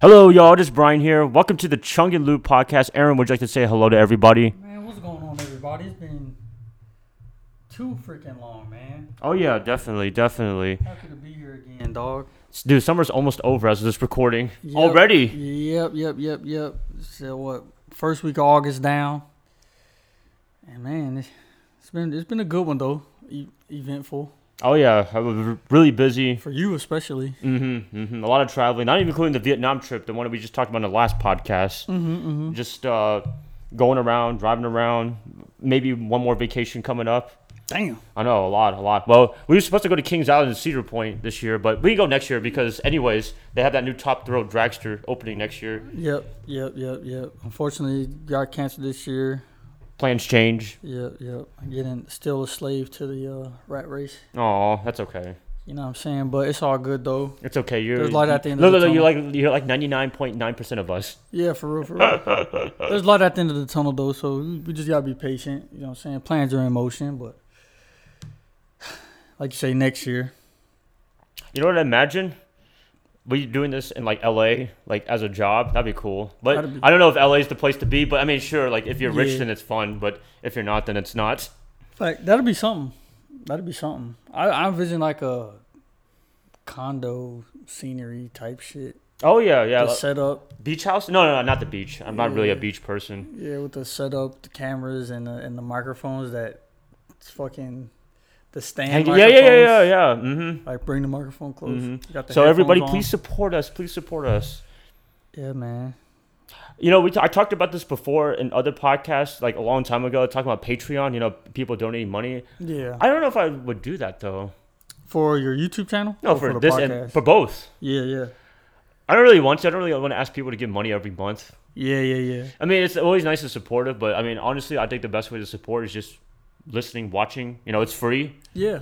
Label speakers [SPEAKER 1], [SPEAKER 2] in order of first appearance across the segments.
[SPEAKER 1] Hello, y'all. This is Brian here. Welcome to the Chung and Loop podcast. Aaron, would you like to say hello to everybody?
[SPEAKER 2] Man, what's going on, everybody? It's been too freaking long, man.
[SPEAKER 1] Oh yeah, definitely, definitely.
[SPEAKER 2] Happy to be here again, dog.
[SPEAKER 1] S- Dude, summer's almost over as of this recording. Already.
[SPEAKER 2] Yep, yep, yep, yep. So what? First week of August down. And man, it's, it's been it's been a good one though. E- eventful
[SPEAKER 1] Oh yeah, I was r- really busy.
[SPEAKER 2] for you especially.
[SPEAKER 1] Mm-hmm, mm-hmm. A lot of traveling. Not even including the Vietnam trip, the one that we just talked about in the last podcast.
[SPEAKER 2] Mm-hmm, hmm
[SPEAKER 1] Just uh, going around, driving around. Maybe one more vacation coming up.
[SPEAKER 2] Damn.
[SPEAKER 1] I know a lot, a lot. Well, we were supposed to go to Kings Island and Cedar Point this year, but we can go next year because, anyways, they have that new Top Thrill Dragster opening next year.
[SPEAKER 2] Yep, yep, yep, yep. Unfortunately, got cancer this year.
[SPEAKER 1] Plans change.
[SPEAKER 2] Yep, yep. I'm getting still a slave to the uh, rat race.
[SPEAKER 1] Oh, that's okay.
[SPEAKER 2] You know what I'm saying? But it's all good though.
[SPEAKER 1] It's okay. You're
[SPEAKER 2] There's light at the end
[SPEAKER 1] no,
[SPEAKER 2] of the
[SPEAKER 1] no, no. You're like you're like ninety nine point nine percent of us.
[SPEAKER 2] Yeah, for real, for real. There's light at the end of the tunnel though, so we just gotta be patient. You know what I'm saying? Plans are in motion, but like you say, next year.
[SPEAKER 1] You know what I imagine? We doing this in like L.A. like as a job. That'd be cool. But
[SPEAKER 2] That'd be-
[SPEAKER 1] I don't know if L.A. is the place to be. But I mean, sure. Like if you're rich,
[SPEAKER 2] Yeah.
[SPEAKER 1] then it's fun. But if you're not, then it's not.
[SPEAKER 2] Like that'll be something. That'll be something. I, I envision like a condo scenery type shit.
[SPEAKER 1] Oh yeah, yeah.
[SPEAKER 2] the setup,
[SPEAKER 1] like- beach house? No, no, no, not the beach. I'm not really a
[SPEAKER 2] Yeah.
[SPEAKER 1] beach person.
[SPEAKER 2] yeah, with the setup, the cameras, and the and the microphones that it's fucking the stand.
[SPEAKER 1] yeah, yeah, yeah,
[SPEAKER 2] microphones.
[SPEAKER 1] yeah, yeah. Mm-hmm.
[SPEAKER 2] Like bring the microphone close.
[SPEAKER 1] Mhm.
[SPEAKER 2] Got the
[SPEAKER 1] So everybody,
[SPEAKER 2] headphones on.
[SPEAKER 1] please support us. Please support us.
[SPEAKER 2] Yeah, man.
[SPEAKER 1] You know, we t- I talked about this before in other podcasts, like a long time ago, talking about Patreon. You know, people donating money.
[SPEAKER 2] Yeah.
[SPEAKER 1] I don't know if I would do that though.
[SPEAKER 2] For your YouTube channel?
[SPEAKER 1] No,
[SPEAKER 2] Or
[SPEAKER 1] for,
[SPEAKER 2] Oh, the
[SPEAKER 1] this
[SPEAKER 2] podcast?
[SPEAKER 1] and for both.
[SPEAKER 2] yeah, yeah,
[SPEAKER 1] I don't really want to. I don't really want to ask people to give money every month.
[SPEAKER 2] yeah, yeah, yeah.
[SPEAKER 1] I mean, it's always nice and supportive, but I mean, honestly, I think the best way to support is just listening, watching. You know, it's free.
[SPEAKER 2] Yeah,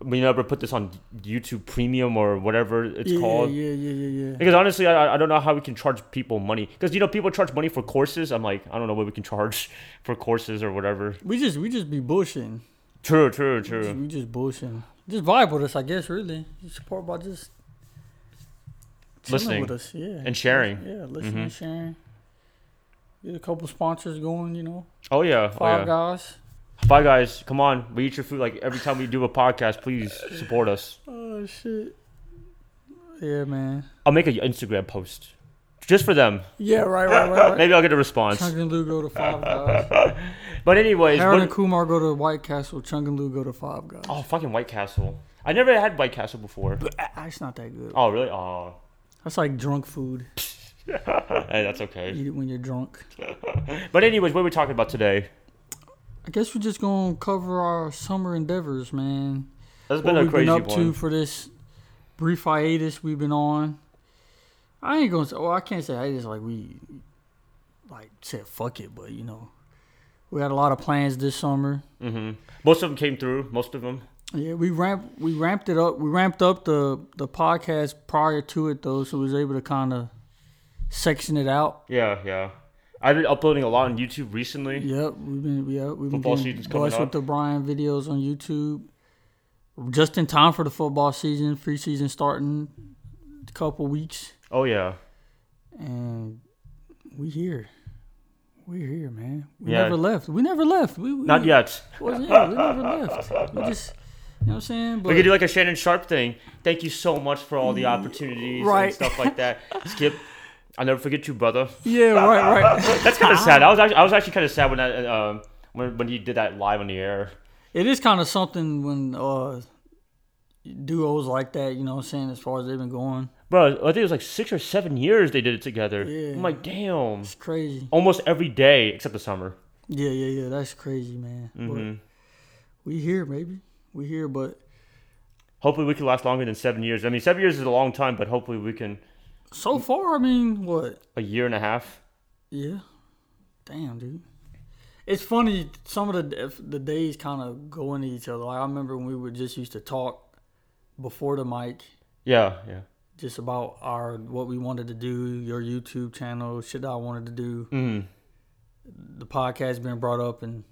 [SPEAKER 1] We never put this on YouTube Premium or whatever it's
[SPEAKER 2] yeah,
[SPEAKER 1] called.
[SPEAKER 2] Yeah, yeah, yeah, yeah.
[SPEAKER 1] Because honestly, I, I don't know how we can charge people money. Because you know, people charge money for courses. I'm like, I don't know what we can charge for courses or whatever.
[SPEAKER 2] We just we just be bushing.
[SPEAKER 1] True, true,
[SPEAKER 2] We just,
[SPEAKER 1] true.
[SPEAKER 2] we just bushing. Just vibe with us, I guess. Really, you support by just chilling
[SPEAKER 1] Listening
[SPEAKER 2] with us, yeah,
[SPEAKER 1] and sharing. Mm-hmm.
[SPEAKER 2] Yeah, listening, and sharing. Get a couple sponsors going, you know.
[SPEAKER 1] Oh yeah, oh,
[SPEAKER 2] Five
[SPEAKER 1] yeah.
[SPEAKER 2] guys.
[SPEAKER 1] Bye guys, come on. We eat your food like every time we do a podcast. Please support us.
[SPEAKER 2] Oh shit. Yeah, man.
[SPEAKER 1] I'll make an Instagram post just for them.
[SPEAKER 2] Yeah, right, right, right. right.
[SPEAKER 1] Maybe I'll get a response.
[SPEAKER 2] Chung and Lou go to Five Guys.
[SPEAKER 1] But anyways,
[SPEAKER 2] Harold
[SPEAKER 1] what-
[SPEAKER 2] and Kumar go to White Castle. Chung and Lou go to Five Guys.
[SPEAKER 1] oh fucking White Castle. I never had White Castle before.
[SPEAKER 2] Ah, It's not that good.
[SPEAKER 1] Oh really? Oh,
[SPEAKER 2] That's like drunk food.
[SPEAKER 1] hey, that's okay.
[SPEAKER 2] Eat it when you're drunk.
[SPEAKER 1] But anyways, what are we talking about today?
[SPEAKER 2] I guess we're just gonna cover our summer endeavors, man.
[SPEAKER 1] That's
[SPEAKER 2] what
[SPEAKER 1] been a
[SPEAKER 2] we've
[SPEAKER 1] crazy
[SPEAKER 2] been up to
[SPEAKER 1] one.
[SPEAKER 2] for this brief hiatus we've been on. I ain't gonna say. Well, I can't say hiatus like we like said fuck it, but you know, we had a lot of plans this summer.
[SPEAKER 1] hmm Most of them came through. Most of them.
[SPEAKER 2] Yeah, we ramp we ramped it up. We ramped up the the podcast prior to it though, so we was able to kind of section it out.
[SPEAKER 1] Yeah, yeah. I've been uploading a lot on YouTube recently.
[SPEAKER 2] Yep, we've been yeah we've been
[SPEAKER 1] Football
[SPEAKER 2] getting
[SPEAKER 1] season's coming
[SPEAKER 2] blessed
[SPEAKER 1] up.
[SPEAKER 2] with the Brian videos on YouTube. Just in time for the football season, free season starting a couple weeks,
[SPEAKER 1] Oh yeah.
[SPEAKER 2] and we here. We're here, man. We
[SPEAKER 1] Yeah.
[SPEAKER 2] never left. We never left. We, we
[SPEAKER 1] Not yet.
[SPEAKER 2] Well, yeah, we never left. We just, you know what I'm saying? But Mm,
[SPEAKER 1] We could do like a Shannon Sharp thing. Thank you so much for all the opportunities
[SPEAKER 2] Right.
[SPEAKER 1] and stuff like that. Skip, I'll never forget you, brother.
[SPEAKER 2] yeah, right, right.
[SPEAKER 1] That's kind of sad. I was actually, I was actually kind of sad when that um when when he did that live on the air.
[SPEAKER 2] It is kind of something when uh duos like that, you know what I'm saying, as far as they've been going.
[SPEAKER 1] Bro, I think it was like six or seven years they did it together.
[SPEAKER 2] Yeah.
[SPEAKER 1] I'm like, damn.
[SPEAKER 2] It's crazy.
[SPEAKER 1] Almost every day except the summer.
[SPEAKER 2] Yeah, yeah, yeah. That's crazy, man. But we here, maybe. We here, but
[SPEAKER 1] Hopefully, we can last longer than seven years. I mean, seven years is a long time, but hopefully, we can
[SPEAKER 2] so far, I mean, what?
[SPEAKER 1] a year and a half.
[SPEAKER 2] Yeah. Damn, dude. It's funny, some of the if the days kind of go into each other. Like, I remember when we were just used to talk before the mic,
[SPEAKER 1] Yeah, yeah.
[SPEAKER 2] just about our what we wanted to do, your YouTube channel, shit that I wanted to do.
[SPEAKER 1] Mm.
[SPEAKER 2] the podcast being brought up and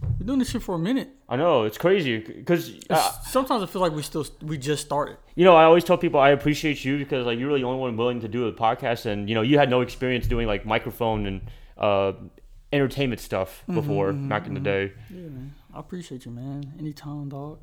[SPEAKER 2] We're doing this shit for a minute.
[SPEAKER 1] I know it's crazy uh, because
[SPEAKER 2] It's- Sometimes I feel like we still we just started.
[SPEAKER 1] you know I always tell people I appreciate you because like you're really the only one willing to do the podcast, and you know you had no experience doing like microphone and uh, entertainment stuff before
[SPEAKER 2] Mm-hmm.
[SPEAKER 1] back in the day.
[SPEAKER 2] Yeah, man. I appreciate you, man. Anytime, dog.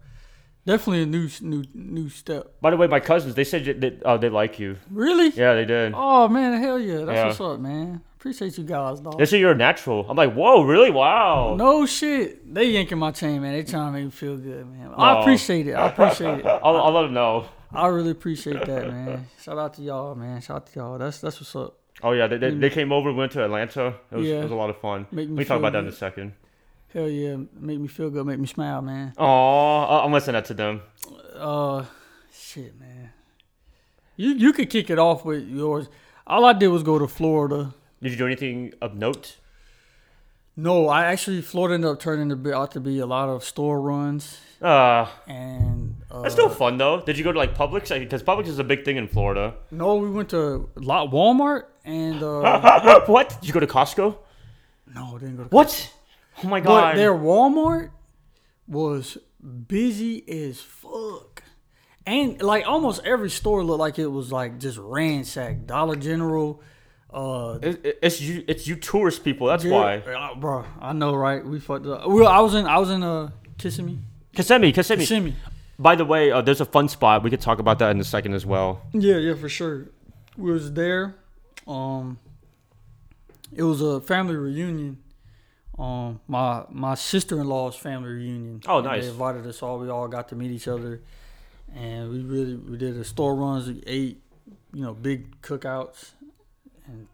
[SPEAKER 2] Definitely a new s- new new step.
[SPEAKER 1] By the way, my cousins they said that uh, they like you.
[SPEAKER 2] Really?
[SPEAKER 1] Yeah, they did.
[SPEAKER 2] Oh man, hell yeah. That's
[SPEAKER 1] Yeah.
[SPEAKER 2] what's up, man. Appreciate you guys, dog.
[SPEAKER 1] They said you're a natural. I'm like, whoa, really? Wow.
[SPEAKER 2] No shit. They yanking my chain, man. They trying to make me feel good, man. I
[SPEAKER 1] Aw.
[SPEAKER 2] appreciate it. I appreciate it.
[SPEAKER 1] I'll, I'll let them know.
[SPEAKER 2] I really appreciate that, man. Shout out to y'all, man. Shout out to y'all. That's that's what's up.
[SPEAKER 1] Oh yeah, they, they, they came over, went to Atlanta. It was,
[SPEAKER 2] Mm. Yeah.
[SPEAKER 1] it was a lot of fun.
[SPEAKER 2] Make me
[SPEAKER 1] we can talk
[SPEAKER 2] feel
[SPEAKER 1] about that in a
[SPEAKER 2] good.
[SPEAKER 1] second.
[SPEAKER 2] Hell yeah. Make me feel good. Make me smile, man.
[SPEAKER 1] Aw, I- I'm gonna send that to them.
[SPEAKER 2] Uh shit, man. You you could kick it off with yours. All I did was go to Florida.
[SPEAKER 1] Did you do anything of note?
[SPEAKER 2] No, I actually Florida ended up turning to be, out to be a lot of store runs
[SPEAKER 1] Uh,
[SPEAKER 2] and uh,
[SPEAKER 1] that's still fun though. Did you go to like Publix? Because Publix is a big thing in Florida.
[SPEAKER 2] no, we went to lot Walmart and uh,
[SPEAKER 1] what? Did you go to Costco?
[SPEAKER 2] no, didn't go to
[SPEAKER 1] What? Oh my
[SPEAKER 2] But
[SPEAKER 1] god.
[SPEAKER 2] their Walmart was busy as fuck. And like almost every store looked like it was like just ransacked. Dollar General, uh
[SPEAKER 1] It- it- it's you. It's you tourist people. That's why.
[SPEAKER 2] uh, bro, I know, right? We fucked up. Well, I was in I was in uh Kissimmee.
[SPEAKER 1] Kissimmee, Kissimmee.
[SPEAKER 2] Kissimmee.
[SPEAKER 1] By the way, uh, there's a fun spot. We could talk about that in a second as well.
[SPEAKER 2] Yeah, yeah, for sure. We was there. Um, it was a family reunion. Um, my my sister in law's family reunion.
[SPEAKER 1] Oh,
[SPEAKER 2] And
[SPEAKER 1] nice.
[SPEAKER 2] They invited us all. We all got to meet each other, and we really we did the store runs. We ate, you know, big cookouts, and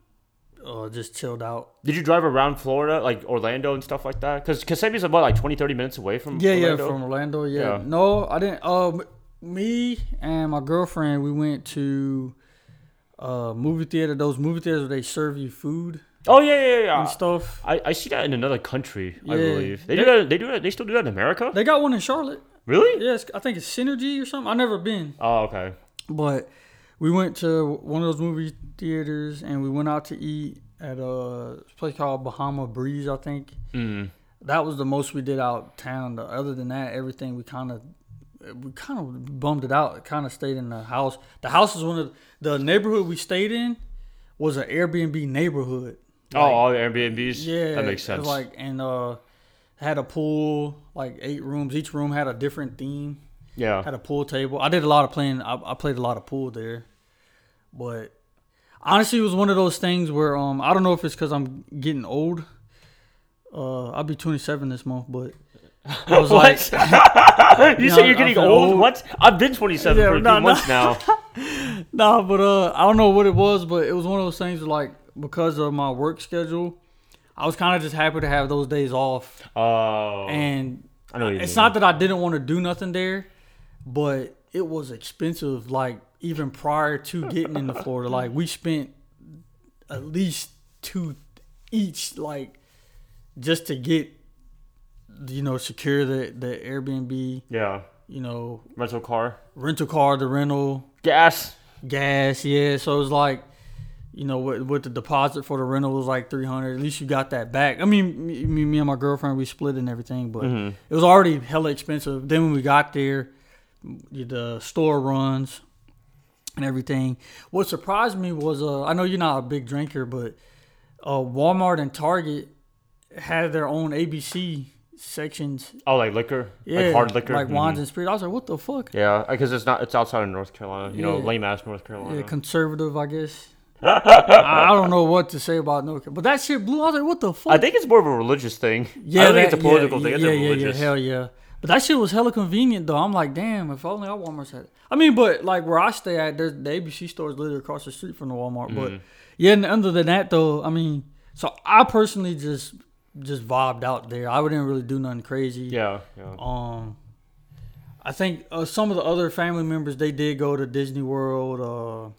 [SPEAKER 2] uh, just chilled out.
[SPEAKER 1] Did you drive around Florida, like Orlando and stuff like that? Because Kissimmee's about like 20, 30 minutes away from
[SPEAKER 2] Yeah,
[SPEAKER 1] Orlando.
[SPEAKER 2] yeah, from Orlando. Yeah.
[SPEAKER 1] Yeah.
[SPEAKER 2] No, I didn't. Um, me and my girlfriend, we went to uh movie theater. Those movie theaters where they serve you food
[SPEAKER 1] Oh yeah, yeah, yeah.
[SPEAKER 2] and stuff.
[SPEAKER 1] I, I see that in another country, I
[SPEAKER 2] Yeah.
[SPEAKER 1] believe. They do that. They do that. They still do that in America.
[SPEAKER 2] They got one in Charlotte.
[SPEAKER 1] really?
[SPEAKER 2] Yes, I think it's Synergy or something. I've never been,
[SPEAKER 1] Oh, okay.
[SPEAKER 2] but we went to one of those movie theaters and we went out to eat at a place called Bahama Breeze, I think.
[SPEAKER 1] Mm.
[SPEAKER 2] That was the most we did out town. Though. Other than that, everything we kind of we kind of bummed it out. Kind of stayed in the house. The house is one of the neighborhood we stayed in was an Airbnb neighborhood.
[SPEAKER 1] oh, all the Airbnbs.
[SPEAKER 2] Yeah,
[SPEAKER 1] that makes
[SPEAKER 2] it
[SPEAKER 1] sense.
[SPEAKER 2] Like and uh, had a pool, like eight rooms. Each room had a different theme.
[SPEAKER 1] yeah.
[SPEAKER 2] Had a pool table. I did a lot of playing. I, I played a lot of pool there, but honestly, it was one of those things where um I don't know if it's because I'm getting old. Uh, I'll be 27 this month, but I was like,
[SPEAKER 1] What? you
[SPEAKER 2] Yeah,
[SPEAKER 1] say you're
[SPEAKER 2] I
[SPEAKER 1] getting
[SPEAKER 2] feel
[SPEAKER 1] old?
[SPEAKER 2] old.
[SPEAKER 1] What? I've been 27
[SPEAKER 2] Yeah,
[SPEAKER 1] for a few
[SPEAKER 2] no, no.
[SPEAKER 1] months now.
[SPEAKER 2] nah, but uh, I don't know what it was, but it was one of those things like because of my work schedule, I was kind of just happy to have those days off,
[SPEAKER 1] Oh,
[SPEAKER 2] and
[SPEAKER 1] I know what you
[SPEAKER 2] it's
[SPEAKER 1] mean.
[SPEAKER 2] not that I didn't want to do nothing there, but it was expensive. Like even prior to getting into Florida, like we spent at least two each, like just to get you know secure the the Airbnb,
[SPEAKER 1] Yeah.
[SPEAKER 2] you know
[SPEAKER 1] Rental car,
[SPEAKER 2] rental car, the rental,
[SPEAKER 1] gas.
[SPEAKER 2] gas. Yeah, so it was like. You know, with, with the deposit for the rental was like three hundred. At least you got that back. I mean, me, me- me and my girlfriend we split and everything, but
[SPEAKER 1] Mm-hmm.
[SPEAKER 2] it was already hella expensive. Then when we got there, the store runs and everything. What surprised me was uh, I know you're not a big drinker, but uh, Walmart and Target had their own ABC sections.
[SPEAKER 1] Oh, like liquor,
[SPEAKER 2] Yeah,
[SPEAKER 1] like hard liquor,
[SPEAKER 2] like
[SPEAKER 1] Mhm.
[SPEAKER 2] wines and spirits. I was like, what the fuck?
[SPEAKER 1] Yeah, because it's not. It's outside of North Carolina. You know,
[SPEAKER 2] Yeah.
[SPEAKER 1] lame ass North
[SPEAKER 2] Yeah,
[SPEAKER 1] Carolina.
[SPEAKER 2] conservative, I guess. I, I don't know what to say about North Carolina, but that shit blew. I was like, what the fuck?
[SPEAKER 1] I think it's more of a religious thing. I don't think
[SPEAKER 2] that-
[SPEAKER 1] it's a political thing. It's
[SPEAKER 2] yeah,
[SPEAKER 1] a
[SPEAKER 2] yeah,
[SPEAKER 1] religious.
[SPEAKER 2] Yeah, hell yeah. But that shit was hella convenient though. I'm like, damn, if only our Walmart's had. I mean, but like where I stay at, there's the ABC store is literally across the street from the Walmart. But
[SPEAKER 1] Mm-hmm.
[SPEAKER 2] yeah, and other than that though, I mean, so I personally just just vibed out there. I wouldn't really do nothing crazy.
[SPEAKER 1] yeah, yeah.
[SPEAKER 2] Um, I think uh, some of the other family members they did go to Disney World. Uh,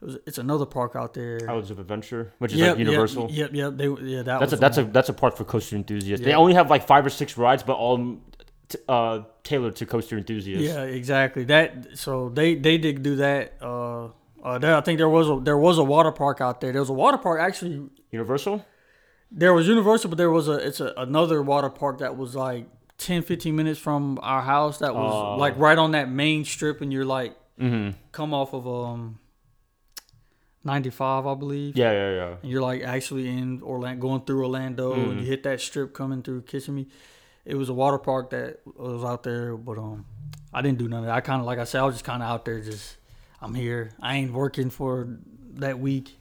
[SPEAKER 2] it was, it's another park out there.
[SPEAKER 1] Islands of Adventure, which is
[SPEAKER 2] Yep,
[SPEAKER 1] like Oh, Universal.
[SPEAKER 2] Yep, yep, yep. They yeah, that
[SPEAKER 1] That's a
[SPEAKER 2] was
[SPEAKER 1] that's a that's a park for coaster enthusiasts. They
[SPEAKER 2] Yeah.
[SPEAKER 1] only have like five or six rides, but all um, t- uh, tailored to coaster enthusiasts.
[SPEAKER 2] Yeah, exactly. That so they they did do that. Uh, uh there, I think there was a there was a water park out there. There was a water park actually.
[SPEAKER 1] Universal.
[SPEAKER 2] There was Universal, but there was a it's a, another water park that was like 10, 15 minutes from our house. That was
[SPEAKER 1] Oh. Mm-hmm.
[SPEAKER 2] like right on that main strip, and you're like come off of um ninety five, I believe.
[SPEAKER 1] Yeah, yeah, yeah.
[SPEAKER 2] and you're like actually in Orlando, going through Orlando,
[SPEAKER 1] Mm-hmm.
[SPEAKER 2] and you hit that strip coming through Kissimmee. It was a water park that was out there, but um, I didn't do none of that. I kind of, like I said, I was just kind of out there, just I'm here. I ain't working for that week,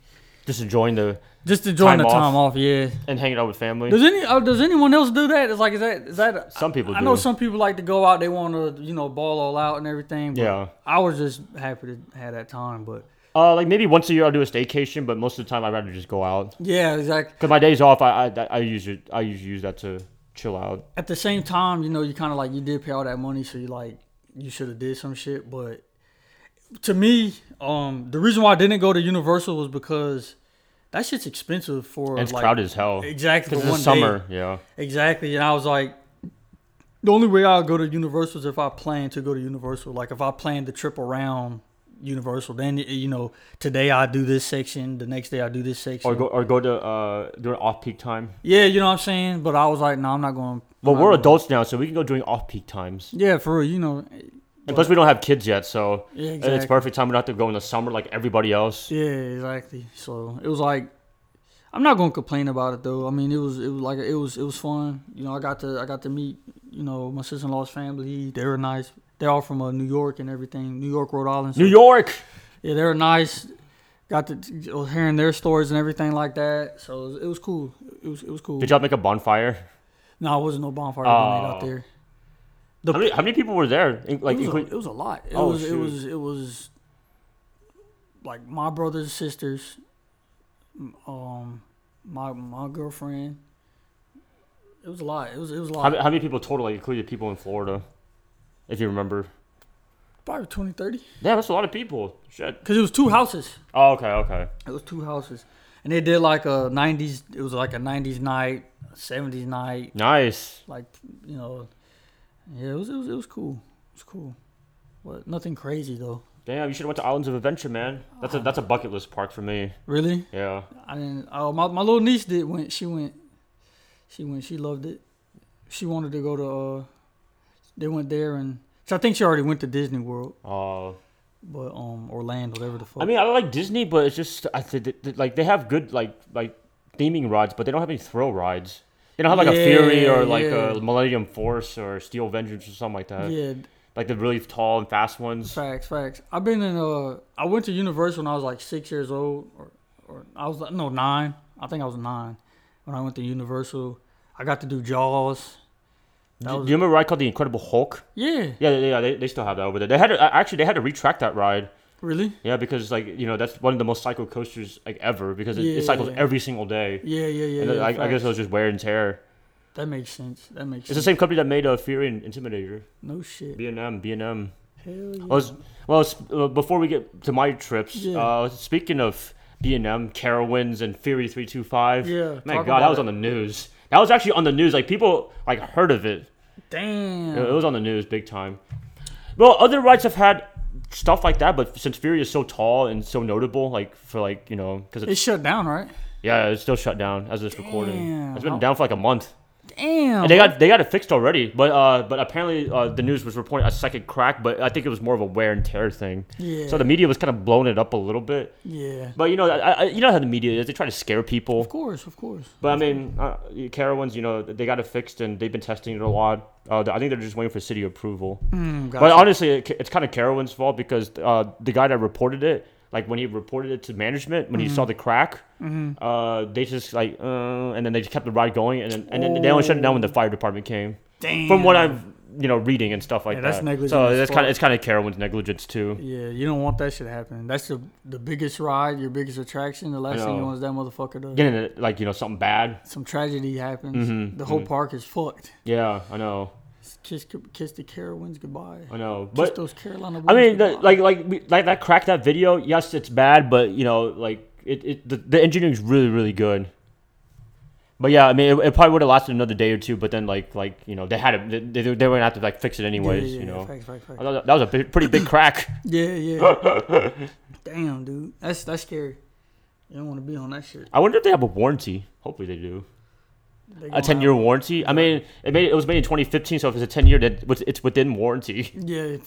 [SPEAKER 1] Just enjoying the
[SPEAKER 2] just enjoying
[SPEAKER 1] Time off.
[SPEAKER 2] the time off. Yeah.
[SPEAKER 1] and hanging out with family.
[SPEAKER 2] Does any oh, does anyone else do that? It's like is that is that
[SPEAKER 1] Some people
[SPEAKER 2] I, I know
[SPEAKER 1] do.
[SPEAKER 2] some people like to go out. They want to you know ball all out and everything. But
[SPEAKER 1] Yeah.
[SPEAKER 2] I was just happy to have that time, but
[SPEAKER 1] Uh, like maybe once a year I'll do a staycation, but most of the time I'd rather just go out.
[SPEAKER 2] yeah, exactly.
[SPEAKER 1] Cause my days off, I I, that- I use it. I usually use that to chill out.
[SPEAKER 2] at the same time, you know, you kind of like you did pay all that money, so you like you should have did some shit. But to me, um, the reason why I didn't go to Universal was because that shit's expensive for
[SPEAKER 1] And it's
[SPEAKER 2] like,
[SPEAKER 1] crowded as hell.
[SPEAKER 2] Exactly,
[SPEAKER 1] Cause
[SPEAKER 2] for
[SPEAKER 1] it's
[SPEAKER 2] one
[SPEAKER 1] summer.
[SPEAKER 2] day.
[SPEAKER 1] Yeah.
[SPEAKER 2] Exactly, and I was like, the only way I'll go to Universal is if I plan to go to Universal. Like if I plan the trip around Universal, then y- you know, today I do this section, the next day I do this section.
[SPEAKER 1] Or go or go to uh during off peak time. Uh-huh.
[SPEAKER 2] yeah, you know what I'm saying. But I was like, no, I'm not going.
[SPEAKER 1] Well,
[SPEAKER 2] I'm not
[SPEAKER 1] we're
[SPEAKER 2] going.
[SPEAKER 1] adults now, so we can go during off peak times.
[SPEAKER 2] Yeah, for real, you know.
[SPEAKER 1] And plus, we don't have kids yet, so
[SPEAKER 2] Yeah,
[SPEAKER 1] it's
[SPEAKER 2] exactly.
[SPEAKER 1] perfect time. We don't have to go in the summer like everybody else.
[SPEAKER 2] Yeah, exactly. So it was like I'm not gonna complain about it though. I mean, it was it was like it was it was fun. You know, I got to I got to meet you know my sister in law's family. They were nice. They're all from uh, New York and everything. New York, Rhode Island. So,
[SPEAKER 1] New York.
[SPEAKER 2] Yeah, they were nice. Got to was hearing their stories and everything like that. So it was, it was cool. It was it was cool.
[SPEAKER 1] Did y'all make a bonfire?
[SPEAKER 2] no, it wasn't no bonfire grenade
[SPEAKER 1] Oh.
[SPEAKER 2] out there.
[SPEAKER 1] How many, how many people were there? In- Like,
[SPEAKER 2] it, was a,
[SPEAKER 1] inclu-
[SPEAKER 2] it was a lot. It
[SPEAKER 1] Oh,
[SPEAKER 2] was it
[SPEAKER 1] shoot.
[SPEAKER 2] was it was like my brothers, sisters, m- um, my my girlfriend. It was a lot. It was it was a
[SPEAKER 1] how,
[SPEAKER 2] lot.
[SPEAKER 1] ma- how many people total? Like, including people in Florida, if you remember.
[SPEAKER 2] Probably 20, 30.
[SPEAKER 1] Yeah, that's a lot of people. Shit.
[SPEAKER 2] Cause it was two houses.
[SPEAKER 1] Oh, okay, okay.
[SPEAKER 2] It was two houses, and they did like a '90s. It was like a '90s night, '70s night.
[SPEAKER 1] Nice.
[SPEAKER 2] Like you know, yeah. It was it was it was cool. It was cool, but nothing crazy though.
[SPEAKER 1] Damn, you should have went to Islands of Adventure, man. That's
[SPEAKER 2] Oh.
[SPEAKER 1] a that's a bucket list park for me.
[SPEAKER 2] Really,
[SPEAKER 1] Yeah.
[SPEAKER 2] I didn't. Oh, my, my little niece did. Went. She went. She went. She loved it. She wanted to go to. uh They went there and. So I think she already went to Disney World,
[SPEAKER 1] Uh,
[SPEAKER 2] but um Orlando, whatever the fuck.
[SPEAKER 1] I mean, I like Disney, but it's just I th- th- th- like they have good like like theming rides, but they don't have any thrill rides. They don't have like a Fury or
[SPEAKER 2] Yeah,
[SPEAKER 1] like
[SPEAKER 2] yeah.
[SPEAKER 1] a Millennium Force or Steel Vengeance or something like that.
[SPEAKER 2] yeah,
[SPEAKER 1] Like the really tall and fast ones.
[SPEAKER 2] facts, facts. I've been in. Uh, I went to Universal when I was like six years old, or, or I was like no nine. I think I was nine when I went to Universal. I got to do Jaws.
[SPEAKER 1] Do, do you remember a ride called the Incredible Hulk?
[SPEAKER 2] Yeah,
[SPEAKER 1] Yeah, they- yeah, they, they still have that over there. They had to, actually they had to retract that ride.
[SPEAKER 2] really.
[SPEAKER 1] Yeah, because like you know that's one of the most cycle coasters like ever because it, it
[SPEAKER 2] Yeah.
[SPEAKER 1] cycles every single day.
[SPEAKER 2] Yeah, yeah, yeah.
[SPEAKER 1] And then
[SPEAKER 2] yeah
[SPEAKER 1] I, I guess
[SPEAKER 2] facts.
[SPEAKER 1] it was just wear and tear.
[SPEAKER 2] that makes sense. That makes
[SPEAKER 1] It's the
[SPEAKER 2] sense.
[SPEAKER 1] same company that made uh, Fury and Intimidator.
[SPEAKER 2] No shit.
[SPEAKER 1] B and M, B and M.
[SPEAKER 2] Hell yeah.
[SPEAKER 1] I was well. s- uh, Before we get to my trips,
[SPEAKER 2] Yeah.
[SPEAKER 1] uh, speaking of B and M, Carowinds and Fury three two five.
[SPEAKER 2] Yeah,
[SPEAKER 1] my
[SPEAKER 2] talk
[SPEAKER 1] God, that
[SPEAKER 2] about
[SPEAKER 1] was on
[SPEAKER 2] it.
[SPEAKER 1] the news. That was actually on the news. Like people like heard of it.
[SPEAKER 2] Damn.
[SPEAKER 1] It- It was on the news big time. Well, other rights have had stuff like that, but since Fury is so tall and so notable, like for like you know, because
[SPEAKER 2] It shut down, right?
[SPEAKER 1] yeah, it's still shut down as of this recording.
[SPEAKER 2] Damn.
[SPEAKER 1] It's been down for like a month.
[SPEAKER 2] Damn.
[SPEAKER 1] And they got they got it fixed already, but uh, but apparently uh, the news was reporting a second crack, but I think it was more of a wear and tear thing.
[SPEAKER 2] Yeah.
[SPEAKER 1] So the media was kind of blowing it up a little bit,
[SPEAKER 2] yeah.
[SPEAKER 1] but you know, I, I, you know how the media is—they try to scare people.
[SPEAKER 2] Of course, of course.
[SPEAKER 1] But I mean, uh, Carowinds, you know, they got it fixed and they've been testing it a lot. Uh, I think they're just waiting for city approval.
[SPEAKER 2] Mm,
[SPEAKER 1] But
[SPEAKER 2] gotcha.
[SPEAKER 1] honestly, it, it's kind of Carowinds' fault because uh, the guy that reported it, like when he reported it to management, when he
[SPEAKER 2] Mm-hmm.
[SPEAKER 1] saw the crack, uh, they just like, uh, and then they just kept the ride going, and then, and then they only shut it down when
[SPEAKER 2] Oh.
[SPEAKER 1] the fire department came.
[SPEAKER 2] Damn.
[SPEAKER 1] From what I'm, you know, reading and stuff like
[SPEAKER 2] Yeah,
[SPEAKER 1] that.
[SPEAKER 2] that's negligent
[SPEAKER 1] So
[SPEAKER 2] as
[SPEAKER 1] that's kind
[SPEAKER 2] fuck.
[SPEAKER 1] of it's kind of Carowinds' negligence too.
[SPEAKER 2] Yeah, you don't want that shit happening. That's the the biggest ride, your biggest attraction. The last thing you
[SPEAKER 1] know.
[SPEAKER 2] want is that motherfucker to.
[SPEAKER 1] Getting it, Mm-hmm, like you know something bad.
[SPEAKER 2] Some tragedy happens. the whole park is fucked.
[SPEAKER 1] Yeah, I know,
[SPEAKER 2] Kiss, kiss the Carowinds goodbye.
[SPEAKER 1] I know.
[SPEAKER 2] kiss
[SPEAKER 1] But
[SPEAKER 2] those Carolina.
[SPEAKER 1] I
[SPEAKER 2] Winds
[SPEAKER 1] mean, the,
[SPEAKER 2] goodbye.
[SPEAKER 1] like like we- like that crack that video. Yes, it's bad, but you know, like it, it the, the engineering's really really good. But yeah, I mean, it, it probably would have lasted another day or two. But then like like you know they had it. They, they, they were gonna have to like fix it
[SPEAKER 2] Yeah, yeah,
[SPEAKER 1] anyways.
[SPEAKER 2] yeah,
[SPEAKER 1] you know,
[SPEAKER 2] facts, facts, facts.
[SPEAKER 1] I thought that- that was a big, pretty big crack.
[SPEAKER 2] Yeah, yeah. Damn, dude, that's that's scary. You don't want to be on that shit.
[SPEAKER 1] I wonder if they have a warranty. Hopefully they do.
[SPEAKER 2] They
[SPEAKER 1] a
[SPEAKER 2] gonna
[SPEAKER 1] ten
[SPEAKER 2] have-
[SPEAKER 1] year warranty. I mean, it made it was made in 2015, so if it's a ten year, that it's- it's within warranty.
[SPEAKER 2] Yeah,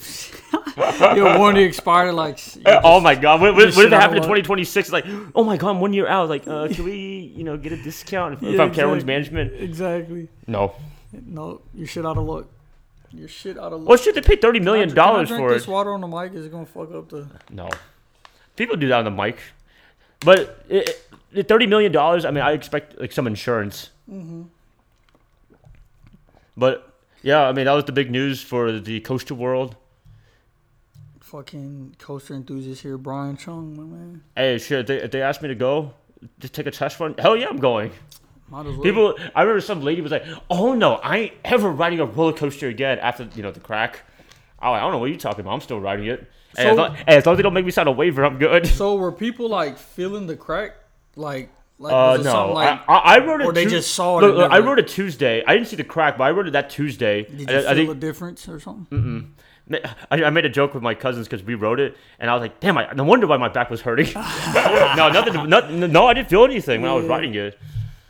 [SPEAKER 2] your warranty expired like. s- you
[SPEAKER 1] oh my god, what, what,
[SPEAKER 2] just
[SPEAKER 1] what if
[SPEAKER 2] shit
[SPEAKER 1] it
[SPEAKER 2] out
[SPEAKER 1] happened in
[SPEAKER 2] of
[SPEAKER 1] 2026? Like, oh my god, I'm one year out. Like, uh, can we, you know, get a discount if,
[SPEAKER 2] Yeah,
[SPEAKER 1] if I'm Carolyn's
[SPEAKER 2] exactly.
[SPEAKER 1] management?
[SPEAKER 2] Exactly.
[SPEAKER 1] No.
[SPEAKER 2] No, you're shit out of luck. You're shit out of luck.
[SPEAKER 1] Well, shit, they paid thirty million
[SPEAKER 2] Can I
[SPEAKER 1] dollars
[SPEAKER 2] drink
[SPEAKER 1] for
[SPEAKER 2] this
[SPEAKER 1] it.
[SPEAKER 2] water on the mic is it gonna fuck up the.
[SPEAKER 1] No, people do that on the mic, but it, it, thirty million dollars. I mean, I expect like some insurance.
[SPEAKER 2] Mm-hmm.
[SPEAKER 1] But yeah, I mean, that was the big news for the coastal world.
[SPEAKER 2] fucking coaster enthusiast here, Brian Chung, my man.
[SPEAKER 1] Hey, shit, if they, if they asked me to go to take a test run, hell yeah, I'm going.
[SPEAKER 2] Might as well.
[SPEAKER 1] People, I remember some lady was like, "Oh no, I ain't ever riding a roller coaster again after you know the crack." I, I don't know what you're talking about. I'm still riding it. Hey, as,
[SPEAKER 2] So-
[SPEAKER 1] long, hey, as long as they don't make me sign a waiver, I'm good.
[SPEAKER 2] so were people like feeling the crack, like like
[SPEAKER 1] Uh,
[SPEAKER 2] was it
[SPEAKER 1] no,
[SPEAKER 2] something like
[SPEAKER 1] I, I I wrote it.
[SPEAKER 2] or they
[SPEAKER 1] Tu-
[SPEAKER 2] just saw it
[SPEAKER 1] Look,
[SPEAKER 2] and
[SPEAKER 1] look, I
[SPEAKER 2] never-
[SPEAKER 1] wrote it Tuesday. I didn't see the crack, but I wrote it that Tuesday.
[SPEAKER 2] did
[SPEAKER 1] I,
[SPEAKER 2] you
[SPEAKER 1] I
[SPEAKER 2] feel
[SPEAKER 1] think
[SPEAKER 2] a difference or something?
[SPEAKER 1] I, I made a joke with my cousins because we wrote it, and I was like, "Damn, I, no wonder why my back was hurting." no, nothing. Not, no, I didn't feel anything when I was
[SPEAKER 2] Yeah.
[SPEAKER 1] writing it.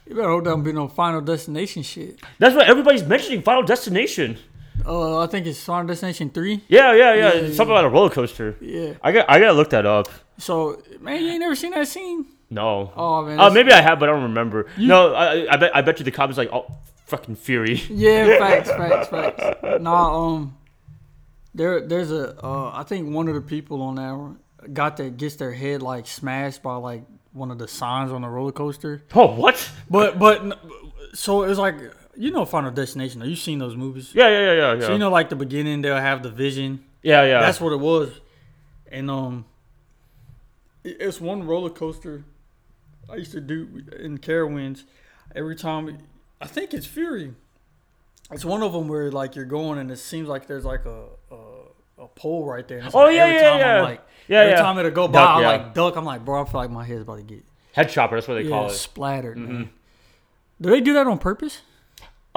[SPEAKER 2] You better hope there don't be no Final Destination shit.
[SPEAKER 1] That's what everybody's mentioning. Final Destination.
[SPEAKER 2] Uh, I think it's Final Destination three.
[SPEAKER 1] Yeah, yeah, yeah.
[SPEAKER 2] Yeah, yeah,
[SPEAKER 1] Something about a roller coaster.
[SPEAKER 2] Yeah.
[SPEAKER 1] I got. I gotta look that up.
[SPEAKER 2] So man, you ain't never seen that scene.
[SPEAKER 1] No.
[SPEAKER 2] Oh man.
[SPEAKER 1] Uh,
[SPEAKER 2] that's-
[SPEAKER 1] maybe I have, but I don't remember. no, I, I- I bet. I bet you the comments like, "Oh, fucking Fury."
[SPEAKER 2] Yeah, facts, facts, facts. Nah, um, there, there's a, uh, I think one of the people on that one got that gets their head like smashed by like one of the signs on the roller coaster.
[SPEAKER 1] Oh, what?
[SPEAKER 2] But but n- so it's like you know Final Destination. You've seen those movies.
[SPEAKER 1] Yeah, yeah, yeah, yeah. Yeah,
[SPEAKER 2] So you know like the beginning they'll have the vision.
[SPEAKER 1] yeah, yeah.
[SPEAKER 2] That's what it was. And um it- it's one roller coaster I used to do in Carowinds every time I think it's Fury. It's one of them where like you're going and it seems like there's like a a, a pole right there. And it's
[SPEAKER 1] Oh,
[SPEAKER 2] like,
[SPEAKER 1] yeah,
[SPEAKER 2] every
[SPEAKER 1] yeah,
[SPEAKER 2] time
[SPEAKER 1] yeah.
[SPEAKER 2] I'm like
[SPEAKER 1] Yeah,
[SPEAKER 2] every
[SPEAKER 1] yeah.
[SPEAKER 2] time it'll go
[SPEAKER 1] Duck,
[SPEAKER 2] by I
[SPEAKER 1] yeah.
[SPEAKER 2] like duck. I'm like bro I feel like my head's about to get
[SPEAKER 1] Head chopper. That's what they
[SPEAKER 2] yeah,
[SPEAKER 1] call it.
[SPEAKER 2] splattered.
[SPEAKER 1] Mm-hmm.
[SPEAKER 2] Man. Do they do that on purpose?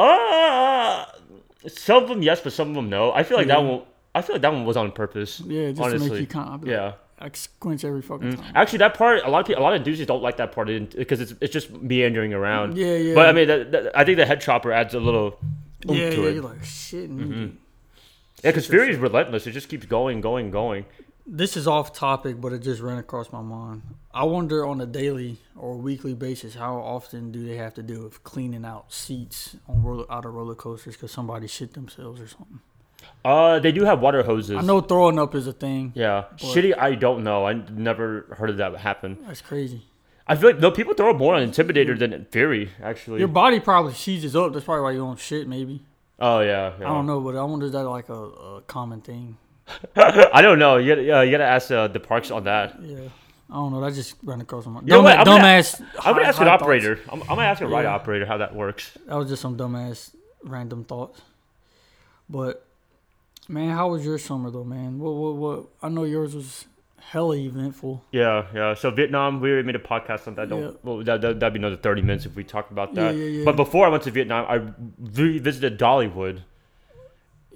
[SPEAKER 1] Uh, some of them yes, but some of them no. I feel like that one. I feel like that one was on purpose.
[SPEAKER 2] Yeah, just
[SPEAKER 1] honestly.
[SPEAKER 2] to make you kind of
[SPEAKER 1] yeah.
[SPEAKER 2] I squinch every fucking time.
[SPEAKER 1] Actually, that part a lot of people, a lot of dudes don't like that part because it's it's just meandering around.
[SPEAKER 2] Yeah, yeah.
[SPEAKER 1] But I mean, that, that, I think the head chopper adds a little. oomph
[SPEAKER 2] yeah,
[SPEAKER 1] to it.
[SPEAKER 2] yeah,
[SPEAKER 1] Mm-hmm.
[SPEAKER 2] you're like shit. mm
[SPEAKER 1] Yeah, because Fury is relentless. It just keeps going, going, going.
[SPEAKER 2] This is off topic, but it just ran across my mind. I wonder on a daily or weekly basis how often do they have to deal with cleaning out seats on roller out of roller coasters because somebody shit themselves or something.
[SPEAKER 1] Uh, they do have water hoses.
[SPEAKER 2] I know throwing up is a thing.
[SPEAKER 1] Yeah, shitty. I don't know. I never heard of that happen.
[SPEAKER 2] That's crazy.
[SPEAKER 1] I feel like no people throw more on Intimidator than Fury. Actually.
[SPEAKER 2] Your body probably seizes up. That's probably why you don't shit. Maybe
[SPEAKER 1] oh yeah, yeah.
[SPEAKER 2] I don't know, but I wonder is that like a, a common thing?
[SPEAKER 1] I don't know. You gotta, uh, you gotta ask uh, the parks on that.
[SPEAKER 2] Yeah, I don't know. That just ran across my mind.
[SPEAKER 1] You know
[SPEAKER 2] Dumb,
[SPEAKER 1] what? I'm gonna-
[SPEAKER 2] dumbass.
[SPEAKER 1] I'm gonna
[SPEAKER 2] high-
[SPEAKER 1] ask an
[SPEAKER 2] high thoughts.
[SPEAKER 1] operator. I'm, I'm gonna ask a ride
[SPEAKER 2] Yeah.
[SPEAKER 1] operator how that works.
[SPEAKER 2] That was just some dumbass random thoughts. But man, how was your summer though, man? What what what? I know yours was hella eventful.
[SPEAKER 1] Yeah, yeah. So Vietnam, we already made a podcast on that. Don't,
[SPEAKER 2] Yeah.
[SPEAKER 1] well, that, that, that'd be another 30 minutes if we talk about that.
[SPEAKER 2] Yeah, yeah, yeah.
[SPEAKER 1] But before I went to Vietnam, I revisited Dollywood.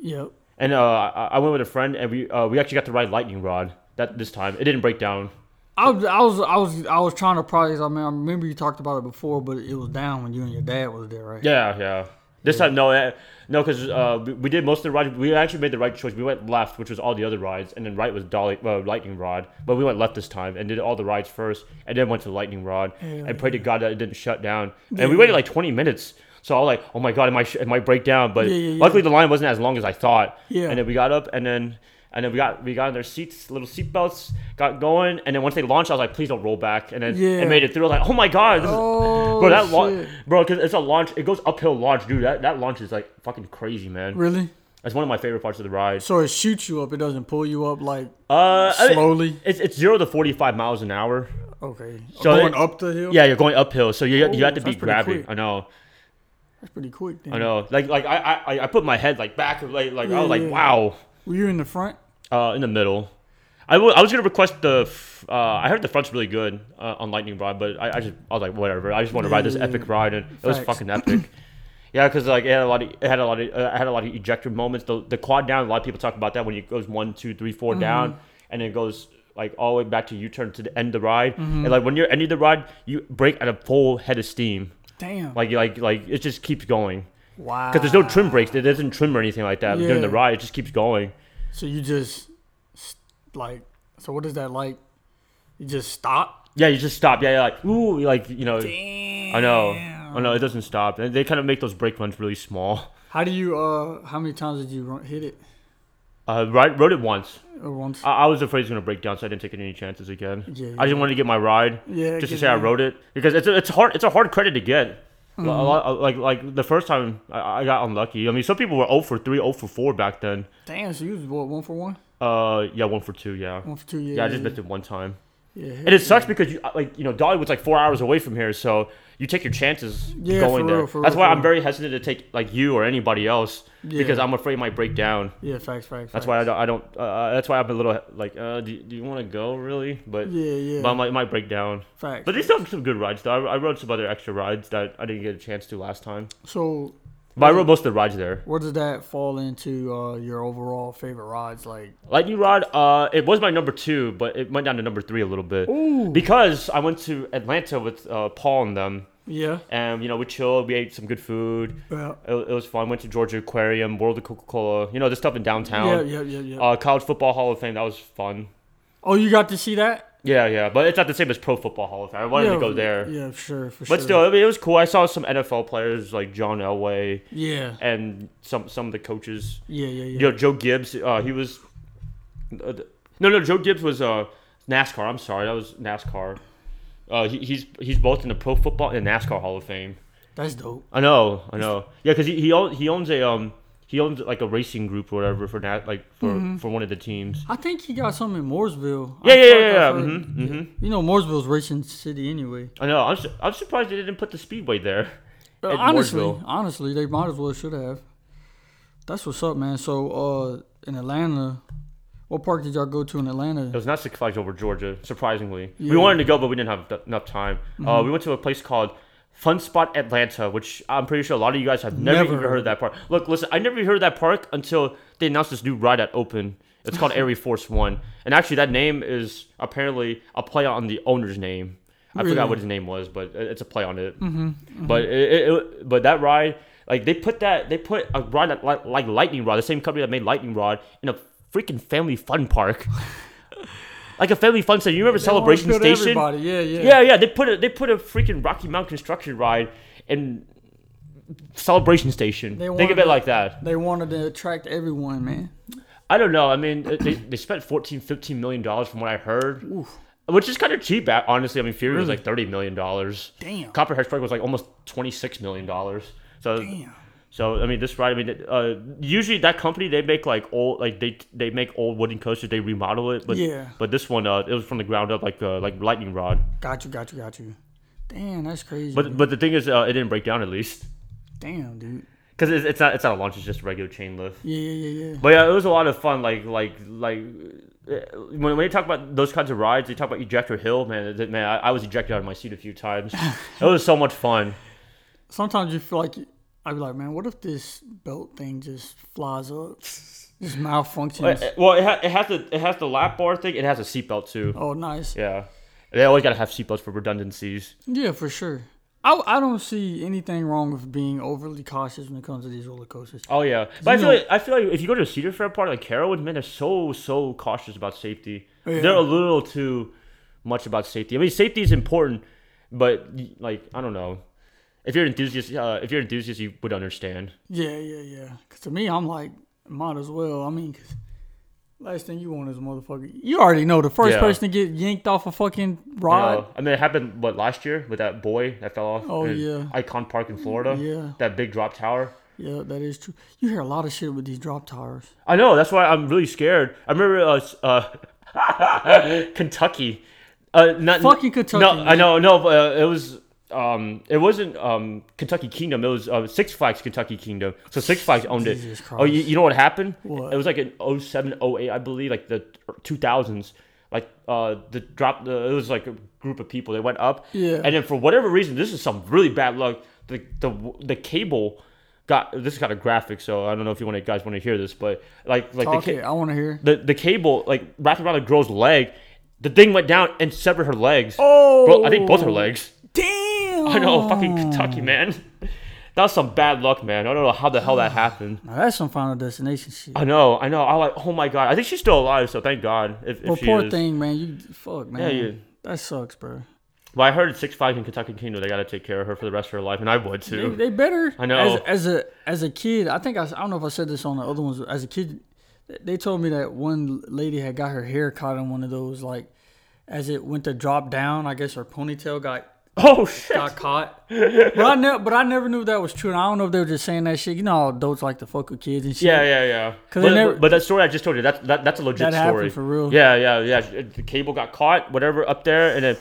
[SPEAKER 2] Yep.
[SPEAKER 1] And uh, I I went with a friend, and we uh, we actually got to ride Lightning Rod that this time. It didn't break down.
[SPEAKER 2] I was I was I was I was trying to probably. I mean, I remember you talked about it before, but it was down when you and your dad was there, right?
[SPEAKER 1] Yeah, yeah. This time, no, eh, no, because uh, we, we did most of the rides. We actually made the right choice. We went left, which was all the other rides, and then right was Dolly uh, Lightning Rod. But we went left this time and did all the rides first, and then went to Lightning Rod. and prayed to God that it didn't shut down. And we waited like 20 minutes. So I was like, oh my God, it might, sh- it might break down. But
[SPEAKER 2] Yeah, yeah,
[SPEAKER 1] luckily, the line wasn't as long as I thought.
[SPEAKER 2] Yeah.
[SPEAKER 1] And then we got up, and then. And then we got we got in their seats, little seat belts, got going, and then once they launched, I was like, "Please don't roll back!" And then
[SPEAKER 2] Yeah.
[SPEAKER 1] it made it through. I was like, "Oh my god, this is,
[SPEAKER 2] Oh,
[SPEAKER 1] bro, that
[SPEAKER 2] shit.
[SPEAKER 1] launch, bro, because it's a launch. It goes uphill launch, dude. That that launch is like fucking crazy, man.
[SPEAKER 2] Really?
[SPEAKER 1] That's one of my favorite parts of the ride.
[SPEAKER 2] So it shoots you up. It doesn't pull you up like
[SPEAKER 1] Uh, I mean,
[SPEAKER 2] slowly.
[SPEAKER 1] it's it's zero to forty five miles an hour.
[SPEAKER 2] Okay.
[SPEAKER 1] So
[SPEAKER 2] Going
[SPEAKER 1] it-
[SPEAKER 2] up the hill.
[SPEAKER 1] Yeah, you're going uphill, so you you
[SPEAKER 2] Oh,
[SPEAKER 1] have to be
[SPEAKER 2] that's pretty
[SPEAKER 1] grabbing.
[SPEAKER 2] quick.
[SPEAKER 1] I know,
[SPEAKER 2] That's pretty quick. Then.
[SPEAKER 1] I know. Like like I I, I put my head like back, like like I
[SPEAKER 2] Yeah,
[SPEAKER 1] was like
[SPEAKER 2] yeah.
[SPEAKER 1] wow.
[SPEAKER 2] Were you in the front?
[SPEAKER 1] Uh, in the middle. I wa- I was gonna request the. f- Uh, I heard the front's really good uh, on Lightning Rod, but I, I just I was like whatever. I just want to ride this
[SPEAKER 2] Yeah.
[SPEAKER 1] epic ride, and it was
[SPEAKER 2] Facts.
[SPEAKER 1] fucking epic. yeah, because like it had a lot of it had a lot of uh, it had a lot of ejector moments. The, the quad down, a lot of people talk about that when it goes one, two, three, four
[SPEAKER 2] Mm-hmm.
[SPEAKER 1] down, and it goes like all
[SPEAKER 2] Mm-hmm.
[SPEAKER 1] the way back to U turn to the end of the ride. And like when you're ending the ride, you break at a full head of steam.
[SPEAKER 2] Damn.
[SPEAKER 1] Like like like it just keeps going
[SPEAKER 2] wow.
[SPEAKER 1] because there's no trim brakes. It doesn't trim or anything like that during the
[SPEAKER 2] Yeah.
[SPEAKER 1] ride. It just keeps going.
[SPEAKER 2] So you just s- like. So what is that like? You just stop.
[SPEAKER 1] Yeah, you just stop. Yeah, you're like ooh, you're like you know.
[SPEAKER 2] Damn.
[SPEAKER 1] I know. I know. It doesn't stop. And They kind of make those brake runs really small.
[SPEAKER 2] How do you? Uh, how many times did you run, hit it?
[SPEAKER 1] Uh, right, rode it once.
[SPEAKER 2] Or once?
[SPEAKER 1] I, I was afraid it was gonna break down, so I didn't take any chances again.
[SPEAKER 2] Yeah,
[SPEAKER 1] I just wanted to get my ride.
[SPEAKER 2] Yeah,
[SPEAKER 1] just to
[SPEAKER 2] 'cause
[SPEAKER 1] say I
[SPEAKER 2] you-
[SPEAKER 1] rode it because it's a, it's hard. It's a hard credit to get. A
[SPEAKER 2] Mm-hmm.
[SPEAKER 1] lot- Like like the first time I, I got unlucky. I mean, some people were 0 for 3, 0 for 4 back then.
[SPEAKER 2] Damn. So you was what one for one?
[SPEAKER 1] Uh, yeah, one for two. Yeah,
[SPEAKER 2] One for two. Yeah.
[SPEAKER 1] yeah. I just
[SPEAKER 2] yeah,
[SPEAKER 1] missed it one time,
[SPEAKER 2] yeah.
[SPEAKER 1] and it sucks because you like you know Dollywood's like four hours away from here, so you take your chances
[SPEAKER 2] Yeah,
[SPEAKER 1] going
[SPEAKER 2] for
[SPEAKER 1] there.
[SPEAKER 2] real, for
[SPEAKER 1] That's
[SPEAKER 2] real,
[SPEAKER 1] why
[SPEAKER 2] for
[SPEAKER 1] I'm
[SPEAKER 2] real.
[SPEAKER 1] very hesitant to take like you or anybody else because
[SPEAKER 2] Yeah.
[SPEAKER 1] I'm afraid it might break down.
[SPEAKER 2] yeah. Facts. Facts.
[SPEAKER 1] That's why I don't. I don't uh, that's why I'm a little like. Uh, do, do you want to go really? But
[SPEAKER 2] Yeah. Yeah.
[SPEAKER 1] but I'm like, it might break down.
[SPEAKER 2] facts.
[SPEAKER 1] But they still have some good rides though. I, I rode some other extra rides that I didn't get a chance to last time.
[SPEAKER 2] so
[SPEAKER 1] But I rode most of the rides there.
[SPEAKER 2] where does that fall into uh, your overall favorite rides? Like.
[SPEAKER 1] Lightning Rod, uh, it was my number two, but it went down to number three a little bit because I went to Atlanta with uh, Paul and them,
[SPEAKER 2] Yeah.
[SPEAKER 1] and Um, you know we chilled, we ate some good food.
[SPEAKER 2] Yeah.
[SPEAKER 1] It, it was fun. Went to Georgia Aquarium, World of Coca Cola, you know the stuff in
[SPEAKER 2] Yeah.
[SPEAKER 1] downtown.
[SPEAKER 2] Yeah. Yeah. yeah.
[SPEAKER 1] Uh, College Football Hall of Fame, that was fun.
[SPEAKER 2] oh, you got to see that?
[SPEAKER 1] Yeah, yeah, but it's not the same as Pro Football Hall of Fame. I wanted
[SPEAKER 2] yeah,
[SPEAKER 1] to go there,
[SPEAKER 2] Yeah. Sure. For sure.
[SPEAKER 1] but still, I mean, it was cool. I saw some NFL players like John Elway
[SPEAKER 2] Yeah.
[SPEAKER 1] and some some of the coaches.
[SPEAKER 2] Yeah. Yeah. Yeah.
[SPEAKER 1] You know, Joe Gibbs. Uh, he was. Uh, th- no, no, Joe Gibbs was uh, NASCAR. I'm sorry, that was NASCAR. Uh, he, he's he's both in the Pro Football and NASCAR Hall of Fame.
[SPEAKER 2] That's dope.
[SPEAKER 1] I know, I know. Yeah, because he he, own, he owns a um he owns like a racing group or whatever for that like for for one of the teams.
[SPEAKER 2] I think he got some in Mooresville.
[SPEAKER 1] Yeah,
[SPEAKER 2] I
[SPEAKER 1] yeah,
[SPEAKER 2] feel
[SPEAKER 1] yeah,
[SPEAKER 2] like
[SPEAKER 1] yeah.
[SPEAKER 2] I've heard-
[SPEAKER 1] hmm hmm
[SPEAKER 2] You know, Mooresville's racing city anyway.
[SPEAKER 1] I know. I'm su- I'm surprised they didn't put the speedway there.
[SPEAKER 2] Uh,
[SPEAKER 1] at
[SPEAKER 2] honestly,
[SPEAKER 1] Mooresville.
[SPEAKER 2] honestly, they might as well should have. That's what's up, man. So, uh, in Atlanta, what park did y'all go to in
[SPEAKER 1] It
[SPEAKER 2] Atlanta?
[SPEAKER 1] was not Six Flags over Georgia, surprisingly. We
[SPEAKER 2] Yeah. Mm-hmm.
[SPEAKER 1] wanted to go, but we didn't have th- enough time. Uh, we went to a place called Fun Spot Atlanta, which I'm pretty sure a lot of you guys have never,
[SPEAKER 2] Never
[SPEAKER 1] even
[SPEAKER 2] heard
[SPEAKER 1] heard of that park. Look, listen, I never even heard of that park until they announced this new ride at Open. It's called Air Force One. And actually, that name is apparently a play on the owner's name. I forgot
[SPEAKER 2] Really? Mm-hmm,
[SPEAKER 1] what his name was, but it- it's a play on it. But it, it, it- but that ride, like they put that they put a ride that, like, like Lightning Rod, the same company that made Lightning Rod, in a freaking family fun park, like a family fun center. You remember Celebration
[SPEAKER 2] Wanna build
[SPEAKER 1] Station?
[SPEAKER 2] Everybody. Yeah, yeah.
[SPEAKER 1] Yeah, yeah. They put a they put a freaking Rocky Mountain construction ride in Celebration Station.
[SPEAKER 2] They
[SPEAKER 1] Think of
[SPEAKER 2] wanted
[SPEAKER 1] it
[SPEAKER 2] to-
[SPEAKER 1] like that.
[SPEAKER 2] They wanted to attract everyone, man.
[SPEAKER 1] I don't know. I mean, uh, they, they spent 14, 15 million dollars from what I heard, which is kind of cheap. a- Honestly, I mean, Fury was like thirty million dollars.
[SPEAKER 2] Damn.
[SPEAKER 1] Copperhead Strike was like almost twenty six million dollars. So,
[SPEAKER 2] Damn.
[SPEAKER 1] so I mean, this ride. I mean, uh, usually that company they make like old, like they they make old wooden coasters. They remodel it, but
[SPEAKER 2] Yeah.
[SPEAKER 1] But this one, uh, it was from the ground up, like uh, like lightning rod.
[SPEAKER 2] Got you, got you, got you. Damn, that's crazy.
[SPEAKER 1] But but the thing is, uh, it didn't break down at least
[SPEAKER 2] Damn, dude.
[SPEAKER 1] because it's, it's not it's not a launch. It's just a regular chain lift.
[SPEAKER 2] Yeah, yeah, yeah, yeah.
[SPEAKER 1] But yeah, it was a lot of fun. Like like like uh, when when you talk about those kinds of rides, they talk about ejector hill. Man, it- man, I, I was ejected out of my seat a few times. it was so much fun.
[SPEAKER 2] Sometimes you feel like you- I'd be like, man, what if this belt thing just flies up, just malfunctions?
[SPEAKER 1] Uh, Well, it, ha- it has the it has the lap bar thing. It has a seatbelt too.
[SPEAKER 2] Oh, nice.
[SPEAKER 1] Yeah, they always gotta have seatbelts for redundancies.
[SPEAKER 2] Yeah, for sure. I, I don't see anything wrong with being overly cautious when it comes to these roller coasters.
[SPEAKER 1] Oh yeah, but I
[SPEAKER 2] You
[SPEAKER 1] feel
[SPEAKER 2] know-
[SPEAKER 1] like I feel like if you go to a Cedar Fair park like Carrollwood, man, they're so so cautious about safety.
[SPEAKER 2] Oh, Yeah.
[SPEAKER 1] They're a little too much about safety. I mean, safety is important, but y- like I don't know. If you're an enthusiast, uh, if you're an enthusiast, you would understand.
[SPEAKER 2] Yeah, yeah, yeah. 'Cause to me, I'm like, might as well. I mean, 'cause last thing you want is a motherfucker. You already know the first
[SPEAKER 1] Yeah.
[SPEAKER 2] person to get yanked off a fucking
[SPEAKER 1] You
[SPEAKER 2] rod.
[SPEAKER 1] know? I mean, it happened what last year with that boy that fell off.
[SPEAKER 2] Oh,
[SPEAKER 1] in
[SPEAKER 2] yeah.
[SPEAKER 1] Icon Park in Florida.
[SPEAKER 2] Yeah.
[SPEAKER 1] that big drop tower.
[SPEAKER 2] Yeah, that is true. You hear a lot of shit with these drop tires.
[SPEAKER 1] I know. That's why I'm really scared. I remember uh, s- uh, Kentucky. Uh, not
[SPEAKER 2] Fucking Kentucky,
[SPEAKER 1] No,
[SPEAKER 2] man.
[SPEAKER 1] I know. No, but, uh, it was. Um, it wasn't um, Kentucky Kingdom. It was uh, Six Flags Kentucky Kingdom. So Six Flags owned
[SPEAKER 2] Jesus
[SPEAKER 1] it. Oh, you, you know what happened?
[SPEAKER 2] What?
[SPEAKER 1] It was like in 07, 08, I believe, like the 2000s. Like uh, the drop. The, it was like a group of people. They went up.
[SPEAKER 2] Yeah.
[SPEAKER 1] And then for whatever reason, this is some really bad luck. The the the cable. Got this got a graphic, so I don't know if you want to, guys want to hear this, but like like the,
[SPEAKER 2] Talk
[SPEAKER 1] ca-
[SPEAKER 2] it. I want to hear.
[SPEAKER 1] the the cable like wrapped around a girl's leg. The thing went down and severed her legs.
[SPEAKER 2] Oh,
[SPEAKER 1] Bro, I think both her legs.
[SPEAKER 2] Damn.
[SPEAKER 1] I know, fucking Kentucky, man. That was some bad luck, man. I don't know how the hell that happened.
[SPEAKER 2] Now that's some Final Destination shit.
[SPEAKER 1] I know, I know. I like, oh my god. I think she's still alive, so thank God. If, if
[SPEAKER 2] Well,
[SPEAKER 1] she
[SPEAKER 2] poor
[SPEAKER 1] is.
[SPEAKER 2] thing, man. You fuck, man.
[SPEAKER 1] you-
[SPEAKER 2] That sucks, bro.
[SPEAKER 1] Well, I heard six five in Kentucky Kingdom. They got to take care of her for the rest of her life, and I would
[SPEAKER 2] They,
[SPEAKER 1] too.
[SPEAKER 2] they better.
[SPEAKER 1] I know.
[SPEAKER 2] As, as a as a kid, I think I, s- I don't know if I said this on the other ones. As a kid, th- they told me that one lady had got her hair caught in one of those. Like, as it went to drop down, I guess her ponytail got
[SPEAKER 1] oh shit!
[SPEAKER 2] got caught. but I never, but I never knew that was true. And I don't know if they were just saying that shit. You know, how adults like to fuck with kids and shit.
[SPEAKER 1] Yeah, yeah, yeah. But,
[SPEAKER 2] 'Cause they never-
[SPEAKER 1] but that story I just told you, that, that that's a legit
[SPEAKER 2] That happened
[SPEAKER 1] story
[SPEAKER 2] for real.
[SPEAKER 1] Yeah, yeah, yeah. The cable got caught, whatever, up there, and then.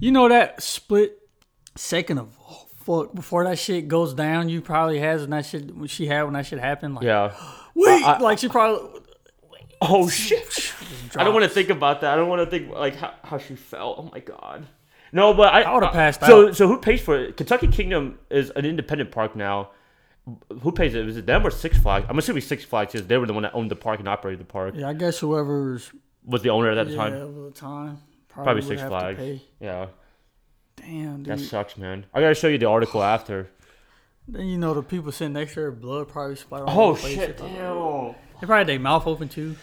[SPEAKER 2] You know that split second of oh, fuck before that shit goes down. You probably has when that shit when she had when that shit happened. Like,
[SPEAKER 1] Yeah.
[SPEAKER 2] wait, like she probably.
[SPEAKER 1] Oh shit! I don't want to think about that. I don't want to think like how, how she felt. Oh my god. No, but I, uh,
[SPEAKER 2] I would've passed
[SPEAKER 1] So so who pays for it? Kentucky Kingdom is an independent park now. Who pays it? Was it them or Six Flags? I'm assuming Six Flags because they were the one that owned the park and operated the park.
[SPEAKER 2] Yeah, I guess whoever's
[SPEAKER 1] Was the owner at that
[SPEAKER 2] yeah,
[SPEAKER 1] time?
[SPEAKER 2] over the time
[SPEAKER 1] Probably
[SPEAKER 2] probably, would
[SPEAKER 1] Six
[SPEAKER 2] have to
[SPEAKER 1] Flags.
[SPEAKER 2] pay.
[SPEAKER 1] Yeah,
[SPEAKER 2] Damn, dude.
[SPEAKER 1] that sucks, man. I gotta show you the article after.
[SPEAKER 2] then you know the people sitting next to her, blood probably splattered. all
[SPEAKER 1] Oh
[SPEAKER 2] over the place.
[SPEAKER 1] shit! Damn.
[SPEAKER 2] They probably had their mouth open too.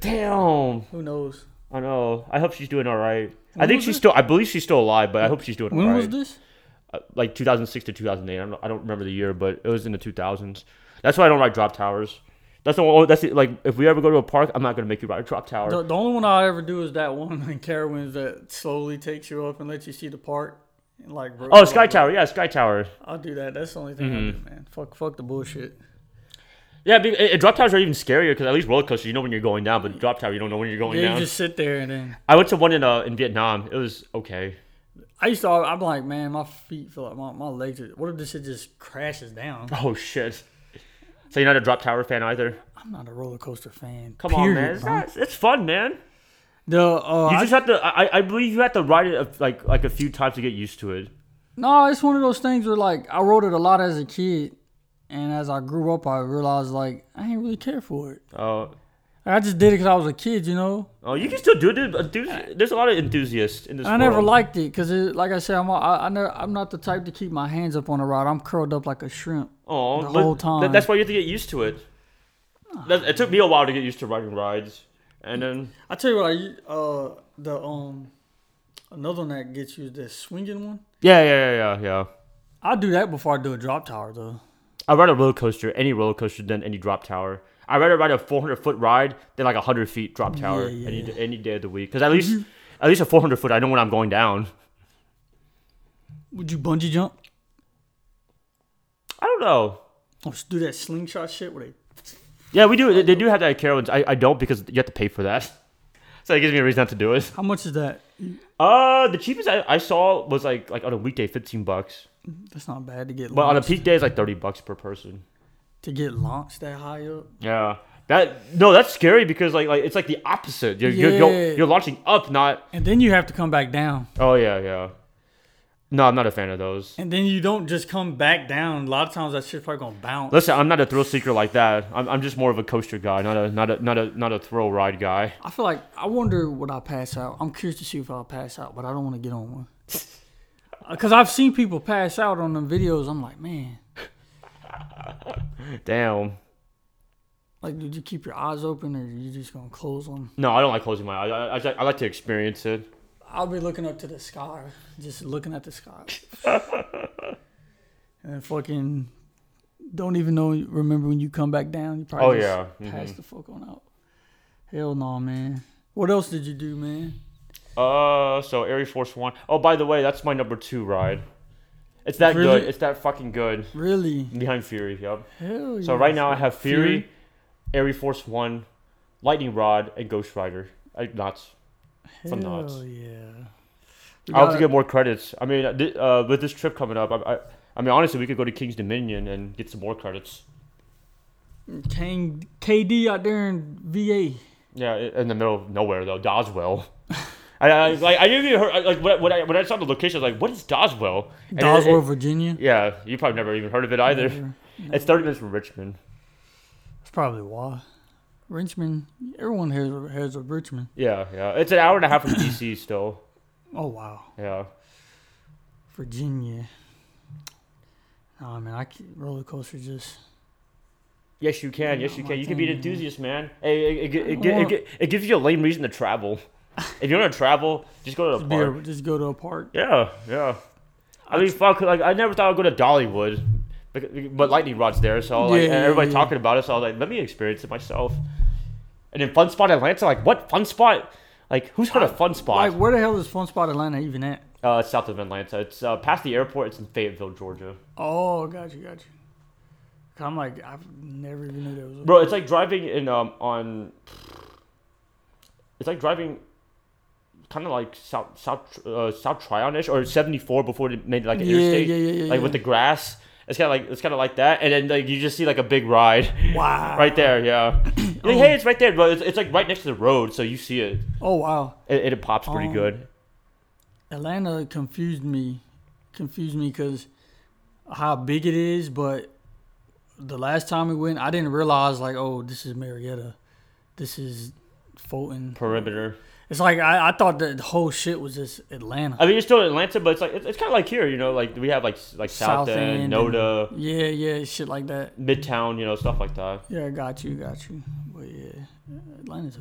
[SPEAKER 1] Damn.
[SPEAKER 2] Who knows?
[SPEAKER 1] I know. I hope she's doing all right. I think she's still. I believe she's still alive, but I hope she's doing
[SPEAKER 2] When
[SPEAKER 1] all right.
[SPEAKER 2] was this?
[SPEAKER 1] uh, like 2006 to 2008. I don't, I don't remember the year, but it was in the 2000s. That's why I don't like drop towers. That's the one. That's the, like if we ever go to a park, I'm not gonna make you ride a drop tower.
[SPEAKER 2] The, the only one I ever do is that one in Carowinds that slowly takes you up and lets you see the park. And like, ro-
[SPEAKER 1] oh, Mm-hmm.
[SPEAKER 2] like,
[SPEAKER 1] Sky Tower. Yeah, Sky Tower.
[SPEAKER 2] I'll do that. That's the only thing I do, man. Fuck, fuck the bullshit.
[SPEAKER 1] Yeah, be- and- and drop towers are even scarier because at least roller coasters you know when you're going down, but drop tower you don't know when you're going
[SPEAKER 2] Yeah,
[SPEAKER 1] down.
[SPEAKER 2] you just sit there and then.
[SPEAKER 1] I went to one in uh, in Vietnam. It was okay.
[SPEAKER 2] I used to. al- I'm like, man, my feet feel like my, my legs. Are, what if this shit just crashes down?
[SPEAKER 1] Oh shit. So you're not a drop tower fan either.
[SPEAKER 2] I'm not a roller coaster fan.
[SPEAKER 1] Come
[SPEAKER 2] period,
[SPEAKER 1] on, man. It's,
[SPEAKER 2] bro.
[SPEAKER 1] not- it's fun, man.
[SPEAKER 2] The uh,
[SPEAKER 1] You
[SPEAKER 2] I-
[SPEAKER 1] just have to. Oh, I, I believe you have to ride it a- like like a few times to get used to it.
[SPEAKER 2] No, it's one of those things where like I wrote it a lot as a kid, and as I grew up, I realized like I ain't really care for it.
[SPEAKER 1] Oh.
[SPEAKER 2] I just did it because I was a kid, you know.
[SPEAKER 1] Oh, you can still do it. dude. Enthusi- There's a lot of enthusiasts in this.
[SPEAKER 2] I never
[SPEAKER 1] world.
[SPEAKER 2] liked it because, like I said, I'm a, I, I never, I'm not the type to keep my hands up on a rod. I'm curled up like a shrimp.
[SPEAKER 1] Aw,
[SPEAKER 2] the
[SPEAKER 1] but
[SPEAKER 2] whole
[SPEAKER 1] th-
[SPEAKER 2] time.
[SPEAKER 1] that's why you have to get used to it. That, it took me a while to get used to riding rides, and then
[SPEAKER 2] I tell you what, I uh the um another one that gets you is the swinging one.
[SPEAKER 1] yeah, yeah, yeah, yeah, yeah.
[SPEAKER 2] I do that before I do a drop tower though.
[SPEAKER 1] I ride a roller coaster, any roller coaster, than any drop tower. I rather ride a 400 foot ride than like a 100 feet drop tower
[SPEAKER 2] Yeah, yeah,
[SPEAKER 1] any d any day of the week. Because at least at least a 400 foot, I know when I'm going down.
[SPEAKER 2] Would you bungee jump?
[SPEAKER 1] I don't know.
[SPEAKER 2] Or Oh, do that slingshot shit where they
[SPEAKER 1] Yeah, we do. They, they do have that at Carowinds. I, I don't because you have to pay for that. So it gives me a reason not to do it.
[SPEAKER 2] How much is that?
[SPEAKER 1] Uh, the cheapest I, I saw was like like on a weekday, 15 bucks.
[SPEAKER 2] That's not bad to get
[SPEAKER 1] But on a
[SPEAKER 2] launched,
[SPEAKER 1] peak day, it's like thirty bucks per person.
[SPEAKER 2] to get launched that high up.
[SPEAKER 1] Yeah, that no, that's scary because like like it's like the opposite. You're you're,
[SPEAKER 2] Yeah.
[SPEAKER 1] you're, you're launching up, not.
[SPEAKER 2] And then you have to come back down.
[SPEAKER 1] Oh yeah, yeah. No, I'm not a fan of those.
[SPEAKER 2] And then you don't just come back down. A lot of times that shit's probably gonna bounce.
[SPEAKER 1] Listen, I'm not a thrill seeker like that. I'm, I'm just more of a coaster guy, not a not a not a not a thrill ride guy.
[SPEAKER 2] I feel like I wonder would I pass out. I'm curious to see if I'll pass out, but I don't want to get on one. Because Uh, I've seen people pass out on them videos. I'm like, man,
[SPEAKER 1] Damn.
[SPEAKER 2] like, did you keep your eyes open or you just gonna close them?
[SPEAKER 1] No, I don't like closing my eyes. I, I, I just- I like to experience it.
[SPEAKER 2] I'll be looking up to the sky, just looking at the sky, and fucking don't even know. Remember when you come back down? You probably
[SPEAKER 1] Oh,
[SPEAKER 2] just
[SPEAKER 1] yeah.
[SPEAKER 2] pass the fuck on out. Hell no, man. What else did you do, man?
[SPEAKER 1] Uh, so Air Force One. Oh, by the way, that's my number two ride. It's that
[SPEAKER 2] Really?
[SPEAKER 1] good. It's that fucking good.
[SPEAKER 2] Really?
[SPEAKER 1] Behind Fury, yup.
[SPEAKER 2] Hell yeah.
[SPEAKER 1] So right now I have Fury,
[SPEAKER 2] Fury.
[SPEAKER 1] Air Force One, Lightning Rod, and Ghost Rider. I, nuts.
[SPEAKER 2] Hell
[SPEAKER 1] I'm nuts.
[SPEAKER 2] yeah. We
[SPEAKER 1] I'll have
[SPEAKER 2] gotta-
[SPEAKER 1] to get more credits. I mean, th- uh, with this trip coming up, I, I, I mean, honestly, we could go to King's Dominion and get some more credits.
[SPEAKER 2] Kang KD out there in VA.
[SPEAKER 1] Yeah, i- in the middle of nowhere though, Doswell. I, I like I didn't even heard I- like when, I- when I when I saw the location, I was like, "What is Doswell?" And it-
[SPEAKER 2] Doswell,
[SPEAKER 1] it-
[SPEAKER 2] Virginia.
[SPEAKER 1] yeah, you probably never even heard of it either.
[SPEAKER 2] Mm-hmm.
[SPEAKER 1] It's thirty minutes from Richmond.
[SPEAKER 2] That's probably why. Richmond. Everyone has has a Richmond.
[SPEAKER 1] Yeah, yeah, it's an hour and a half from DC still.
[SPEAKER 2] Oh wow.
[SPEAKER 1] Yeah,
[SPEAKER 2] Virginia. Oh man, I can't, roller coaster just.
[SPEAKER 1] Yes, you can. Yes, you
[SPEAKER 2] my
[SPEAKER 1] can. You can be an
[SPEAKER 2] thing, man.
[SPEAKER 1] enthusiast, man. Hey, it, it, it, it, gi-
[SPEAKER 2] Well-
[SPEAKER 1] it, gi- it gives you a lame reason to travel. If you want to travel, just go to the
[SPEAKER 2] Just, be
[SPEAKER 1] park.
[SPEAKER 2] a, just go to a park.
[SPEAKER 1] Yeah, yeah. I mean, fuck. Like, I never thought I'd go to Dollywood, but, but lightning rod's there, so like,
[SPEAKER 2] Yeah,
[SPEAKER 1] and everybody
[SPEAKER 2] yeah, yeah.
[SPEAKER 1] talking about it. So I was like, let me experience it myself. And then Fun Spot Atlanta, like, what Fun Spot? Like, who's heard of Fun Spot?
[SPEAKER 2] Like, where the hell is Fun Spot Atlanta even at?
[SPEAKER 1] uh, it's south of Atlanta. It's uh, past the airport. It's in Fayetteville, Georgia.
[SPEAKER 2] Oh, got you, got you. 'Cause I'm like, I've never even knew there was. A,
[SPEAKER 1] Bro, it's like driving in um on. It's like driving, kind of like south south uh, south Tryon ish or seventy four before they made like an
[SPEAKER 2] Yeah,
[SPEAKER 1] interstate,
[SPEAKER 2] yeah, yeah, yeah,
[SPEAKER 1] like with
[SPEAKER 2] yeah.
[SPEAKER 1] the grass. It's kind of like it's kind of like that, and then like you just see like a big ride
[SPEAKER 2] wow.
[SPEAKER 1] right there. Yeah, You're like, hey, it's right there, but it's, it's like right next to the road, so you see it.
[SPEAKER 2] Oh wow.
[SPEAKER 1] It, it pops pretty
[SPEAKER 2] Um,
[SPEAKER 1] good.
[SPEAKER 2] Atlanta confused me, confused me because how big it is. But the last time we went, I didn't realize like, oh, this is Marietta, this is Fulton.
[SPEAKER 1] Perimeter.
[SPEAKER 2] It's like I, I thought that the whole shit was just Atlanta.
[SPEAKER 1] I mean, you're still in Atlanta, but it's like it's, it's kind of like here, you know, like we have like s- like South, End,
[SPEAKER 2] and-
[SPEAKER 1] Noda,
[SPEAKER 2] yeah, yeah, shit like that.
[SPEAKER 1] Midtown, you know, stuff like that.
[SPEAKER 2] Yeah, got you, got you. But yeah, Atlanta's a.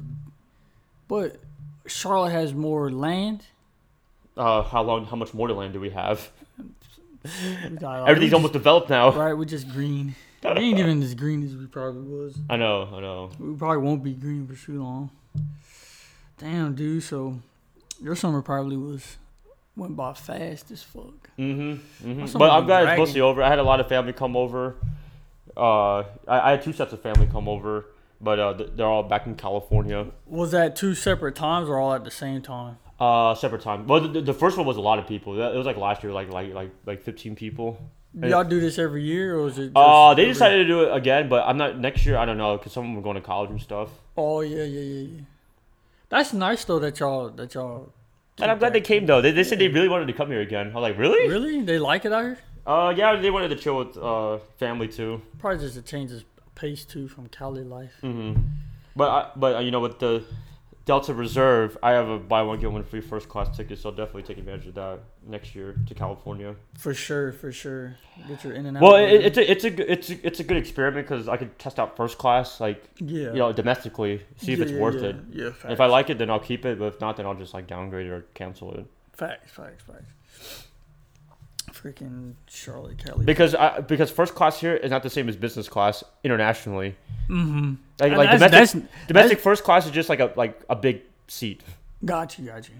[SPEAKER 2] But Charlotte has more land.
[SPEAKER 1] Uh, how long? How much more to land do we have?
[SPEAKER 2] We got-
[SPEAKER 1] Everything's
[SPEAKER 2] Oh, we
[SPEAKER 1] almost developed
[SPEAKER 2] just,
[SPEAKER 1] now.
[SPEAKER 2] right. We're just green. We ain't even as green as we probably was.
[SPEAKER 1] I know, I know.
[SPEAKER 2] We probably won't be green for too long. Damn, dude. So your summer probably was went by fast as fuck.
[SPEAKER 1] Mm-hmm.
[SPEAKER 2] What's
[SPEAKER 1] mm-hmm.
[SPEAKER 2] up
[SPEAKER 1] But
[SPEAKER 2] with
[SPEAKER 1] I'm
[SPEAKER 2] the
[SPEAKER 1] glad it's
[SPEAKER 2] dragon?
[SPEAKER 1] mostly over. I had a lot of family come over. Uh, I, I had two sets of family come over, but uh, th- they're all back in California.
[SPEAKER 2] Was that two separate times or all at the same time?
[SPEAKER 1] Uh, separate time. Well, the, the first one was a lot of people. That- It was like last year, like like like like 15 people.
[SPEAKER 2] Do y'all do this every year or is it? Just
[SPEAKER 1] Uh, they
[SPEAKER 2] every-
[SPEAKER 1] decided to do it again, but I'm not next year. I don't know because some of them are going to college and stuff.
[SPEAKER 2] Oh yeah, yeah, yeah, yeah. That's nice though that y'all that y'all.
[SPEAKER 1] And I'm glad they came though. They, they said they really wanted to come here again. I was like, really?
[SPEAKER 2] Really, they like it out here.
[SPEAKER 1] Uh, yeah, they wanted to chill with uh family too.
[SPEAKER 2] Probably just to change his pace too from Cali life.
[SPEAKER 1] hmm But I, but uh, you know with the Delta Reserve, I have a buy one get one free first class ticket, so I'll definitely take advantage of that next year to California.
[SPEAKER 2] For sure, for sure. Get your in and out.
[SPEAKER 1] Well,
[SPEAKER 2] button.
[SPEAKER 1] it, it's a it's a g- it's a, it's a good experiment because I could test out first class, like
[SPEAKER 2] yeah.
[SPEAKER 1] you know, domestically, see if
[SPEAKER 2] Yeah,
[SPEAKER 1] it's
[SPEAKER 2] yeah,
[SPEAKER 1] worth
[SPEAKER 2] yeah.
[SPEAKER 1] it.
[SPEAKER 2] Yeah, facts.
[SPEAKER 1] If I like it, then I'll keep it. But if not, then I'll just like downgrade it or cancel it.
[SPEAKER 2] Facts, facts, facts. Freaking Charlotte Kelly.
[SPEAKER 1] Because I because first class here is not the same as business class internationally.
[SPEAKER 2] mm-hmm.
[SPEAKER 1] Like, like domestic domestic first class is just like a like a big seat.
[SPEAKER 2] got you, got you.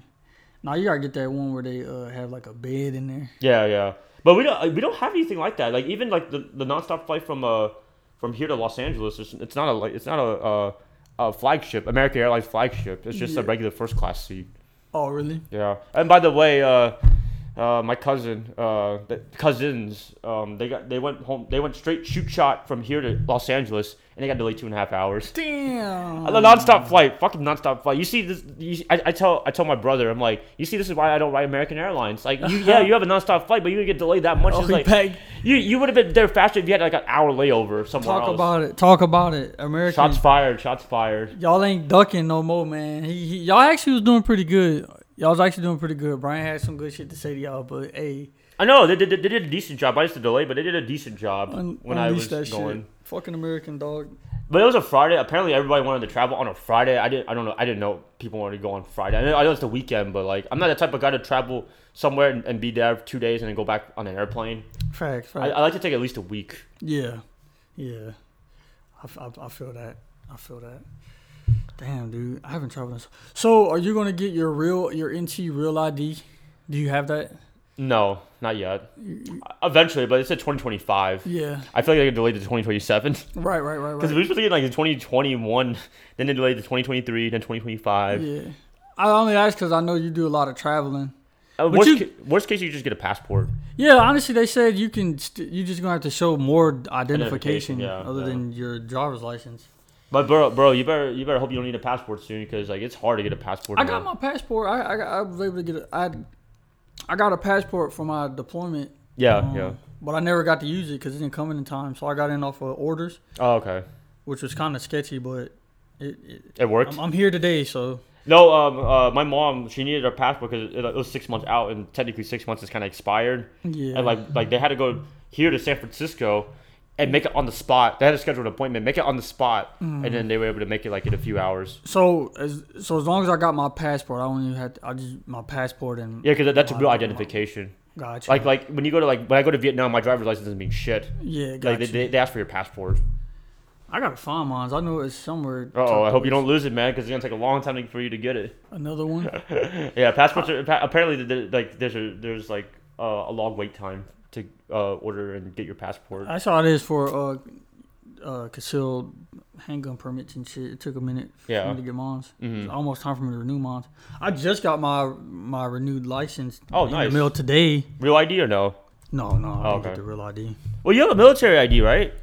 [SPEAKER 2] Now you gotta get that one where they uh, have like a bed in there.
[SPEAKER 1] Yeah, yeah. But we don't uh, we don't have anything like that. Like even like the, the nonstop flight from uh from here to Los Angeles, it's, it's not a like it's not a, uh a flagship American Airlines flagship. It's just a
[SPEAKER 2] Yeah.
[SPEAKER 1] regular first class seat.
[SPEAKER 2] Oh, really?
[SPEAKER 1] Yeah. And by the way, uh, uh my cousin, uh the cousins, um they got they went home they went straight shoot shot from here to Los Angeles and they got delayed two and a half hours.
[SPEAKER 2] Damn.
[SPEAKER 1] The nonstop flight, fucking nonstop flight. You see this? You, I, I tell, I tell my brother, I'm like, you see, this is why I don't ride American Airlines. Like, you, yeah, you have a nonstop flight, but you get delayed that much.
[SPEAKER 2] Oh,
[SPEAKER 1] It's
[SPEAKER 2] he
[SPEAKER 1] like,
[SPEAKER 2] pegged.
[SPEAKER 1] you you would have been there faster if you had like an hour layover somewhere
[SPEAKER 2] Talk
[SPEAKER 1] else.
[SPEAKER 2] about it. Talk about it. American.
[SPEAKER 1] shots fired, shots fired.
[SPEAKER 2] Y'all ain't ducking no more, man. He, he, y'all actually was doing pretty good. Y'all was actually doing pretty good. Brian had some good shit to say to y'all, but hey,
[SPEAKER 1] I know they did, they did a decent job. I used to delay, but they did a decent job
[SPEAKER 2] un-
[SPEAKER 1] when I was
[SPEAKER 2] unleash that
[SPEAKER 1] going.
[SPEAKER 2] shit. Fucking American dog.
[SPEAKER 1] But it was a Friday. Apparently, everybody wanted to travel on a Friday. I didn't. I don't know. I didn't know people wanted to go on Friday. I know, I know it's the weekend, but like, I'm not the type of guy to travel somewhere and, and be there for two days and then go back on an airplane.
[SPEAKER 2] Facts, facts.
[SPEAKER 1] I, I like to take at least a week.
[SPEAKER 2] Yeah, yeah. I, f- I f- I feel that. I feel that. Damn, dude, I haven't traveled. in So, so are you gonna get your real, your NT real ID? Do you have that?
[SPEAKER 1] No, not yet. Eventually, but it said 2025.
[SPEAKER 2] Yeah.
[SPEAKER 1] I feel like they delayed to 2027 because
[SPEAKER 2] Right, right, right,
[SPEAKER 1] we
[SPEAKER 2] right.
[SPEAKER 1] were supposed to get like in 2021, then they delayed to 2023, then 2025.
[SPEAKER 2] Yeah. I only ask because I know you do a lot of traveling.
[SPEAKER 1] Uh,
[SPEAKER 2] But
[SPEAKER 1] worst,
[SPEAKER 2] you-
[SPEAKER 1] ca- worst case, you just get a passport.
[SPEAKER 2] Yeah, honestly, they said you can. St- you just gonna have to show more identification,
[SPEAKER 1] Identification, yeah,
[SPEAKER 2] other
[SPEAKER 1] yeah.
[SPEAKER 2] than your driver's license.
[SPEAKER 1] But bro, bro, you better you better hope you don't need a passport soon because like it's hard to get a passport.
[SPEAKER 2] I
[SPEAKER 1] now.
[SPEAKER 2] got my passport. I I, got, I was able to get. A, I I got a passport for my deployment.
[SPEAKER 1] yeah
[SPEAKER 2] um,
[SPEAKER 1] yeah.
[SPEAKER 2] But I never got to use it because it didn't come in in time. So I got in off of orders.
[SPEAKER 1] Oh okay,
[SPEAKER 2] which was kind of sketchy, but it, it
[SPEAKER 1] it worked.
[SPEAKER 2] I'm, I'm here today, so
[SPEAKER 1] No, um, uh, my mom she needed her passport because it, it was six months out, and technically six months is kind of expired.
[SPEAKER 2] Yeah.
[SPEAKER 1] And like like they had to go here to San Francisco and make it on the spot. They had to schedule an appointment, make it on the spot, and
[SPEAKER 2] Mm.
[SPEAKER 1] then they were able to make it like in a few hours.
[SPEAKER 2] So as so as long as I got my passport, I don't even have to, I just my passport and
[SPEAKER 1] Yeah, because that's a
[SPEAKER 2] Wow,
[SPEAKER 1] real
[SPEAKER 2] wow.
[SPEAKER 1] identification.
[SPEAKER 2] gotcha.
[SPEAKER 1] Like like when you go to like when I go to Vietnam, my driver's license doesn't mean shit.
[SPEAKER 2] yeah, gotcha.
[SPEAKER 1] Like they, they, they ask for your passport.
[SPEAKER 2] I gotta find mine. I know it's somewhere.
[SPEAKER 1] Oh, I hope you
[SPEAKER 2] tucked
[SPEAKER 1] don't lose it, man, because it's gonna take a long time for you to get it.
[SPEAKER 2] away. Another one.
[SPEAKER 1] Yeah, passports are appa- apparently the- the- like there's a there's like uh, a long wait time to uh, order and get your passport.
[SPEAKER 2] I saw it is for uh, uh, concealed handgun permits and shit. It took a minute for
[SPEAKER 1] Yeah. Mm-hmm.
[SPEAKER 2] me to get mine. It's almost time for me to renew mine. I just got my my renewed license.
[SPEAKER 1] Oh,
[SPEAKER 2] in
[SPEAKER 1] nice.
[SPEAKER 2] The mail today.
[SPEAKER 1] Real ID or no?
[SPEAKER 2] No, no, I
[SPEAKER 1] Oh,
[SPEAKER 2] didn't
[SPEAKER 1] okay.
[SPEAKER 2] get the real ID.
[SPEAKER 1] Well, you have a military ID, right?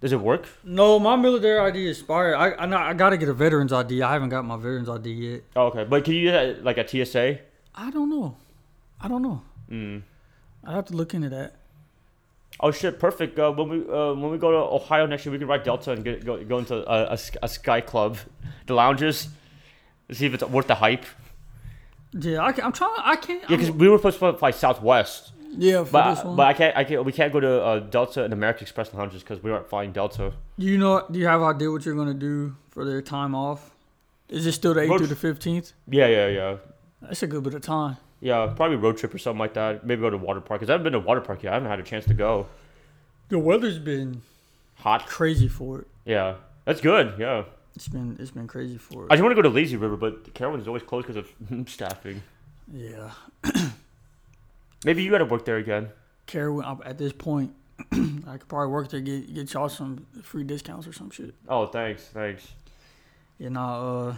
[SPEAKER 1] Does it work?
[SPEAKER 2] No, my military ID expired. I I, not- I gotta get a veteran's ID. I haven't got my veteran's ID yet.
[SPEAKER 1] Oh, okay, but can you do that like a TSA?
[SPEAKER 2] I don't know. I don't know.
[SPEAKER 1] Mm.
[SPEAKER 2] I'd have to look into that.
[SPEAKER 1] Oh shit, perfect. Uh, when we uh, when we go to Ohio next year, we can ride Delta and get, go go into a, a s- a Sky Club, the lounges, see if it's worth the hype.
[SPEAKER 2] Yeah, I can, I'm trying. I can't.
[SPEAKER 1] Yeah,
[SPEAKER 2] I'm-
[SPEAKER 1] because we were supposed to fly Southwest,
[SPEAKER 2] yeah for
[SPEAKER 1] but
[SPEAKER 2] this one.
[SPEAKER 1] but I can't I can't we can't go to uh, Delta and American Express lounges because we aren't flying Delta.
[SPEAKER 2] Do you know? Do you have idea what you're gonna do for their time off? Is it still the eighth
[SPEAKER 1] Road
[SPEAKER 2] through the fifteenth?
[SPEAKER 1] Yeah, yeah, yeah.
[SPEAKER 2] That's a good bit of time.
[SPEAKER 1] Yeah, probably road trip or something like that. Maybe go to water park. Cause I haven't been to water park yet. I haven't had a chance to go.
[SPEAKER 2] The weather's been
[SPEAKER 1] Hot.
[SPEAKER 2] crazy for it.
[SPEAKER 1] Yeah, that's good. Yeah,
[SPEAKER 2] It's been it's been crazy for it.
[SPEAKER 1] I just want to go to Lazy River, but Carolyn's always closed because of staffing.
[SPEAKER 2] yeah,
[SPEAKER 1] Maybe you got to work there again.
[SPEAKER 2] Carowin. I'm- At this point, I could probably work to get get y'all some free discounts or some shit.
[SPEAKER 1] Oh, thanks, thanks.
[SPEAKER 2] You know. Uh,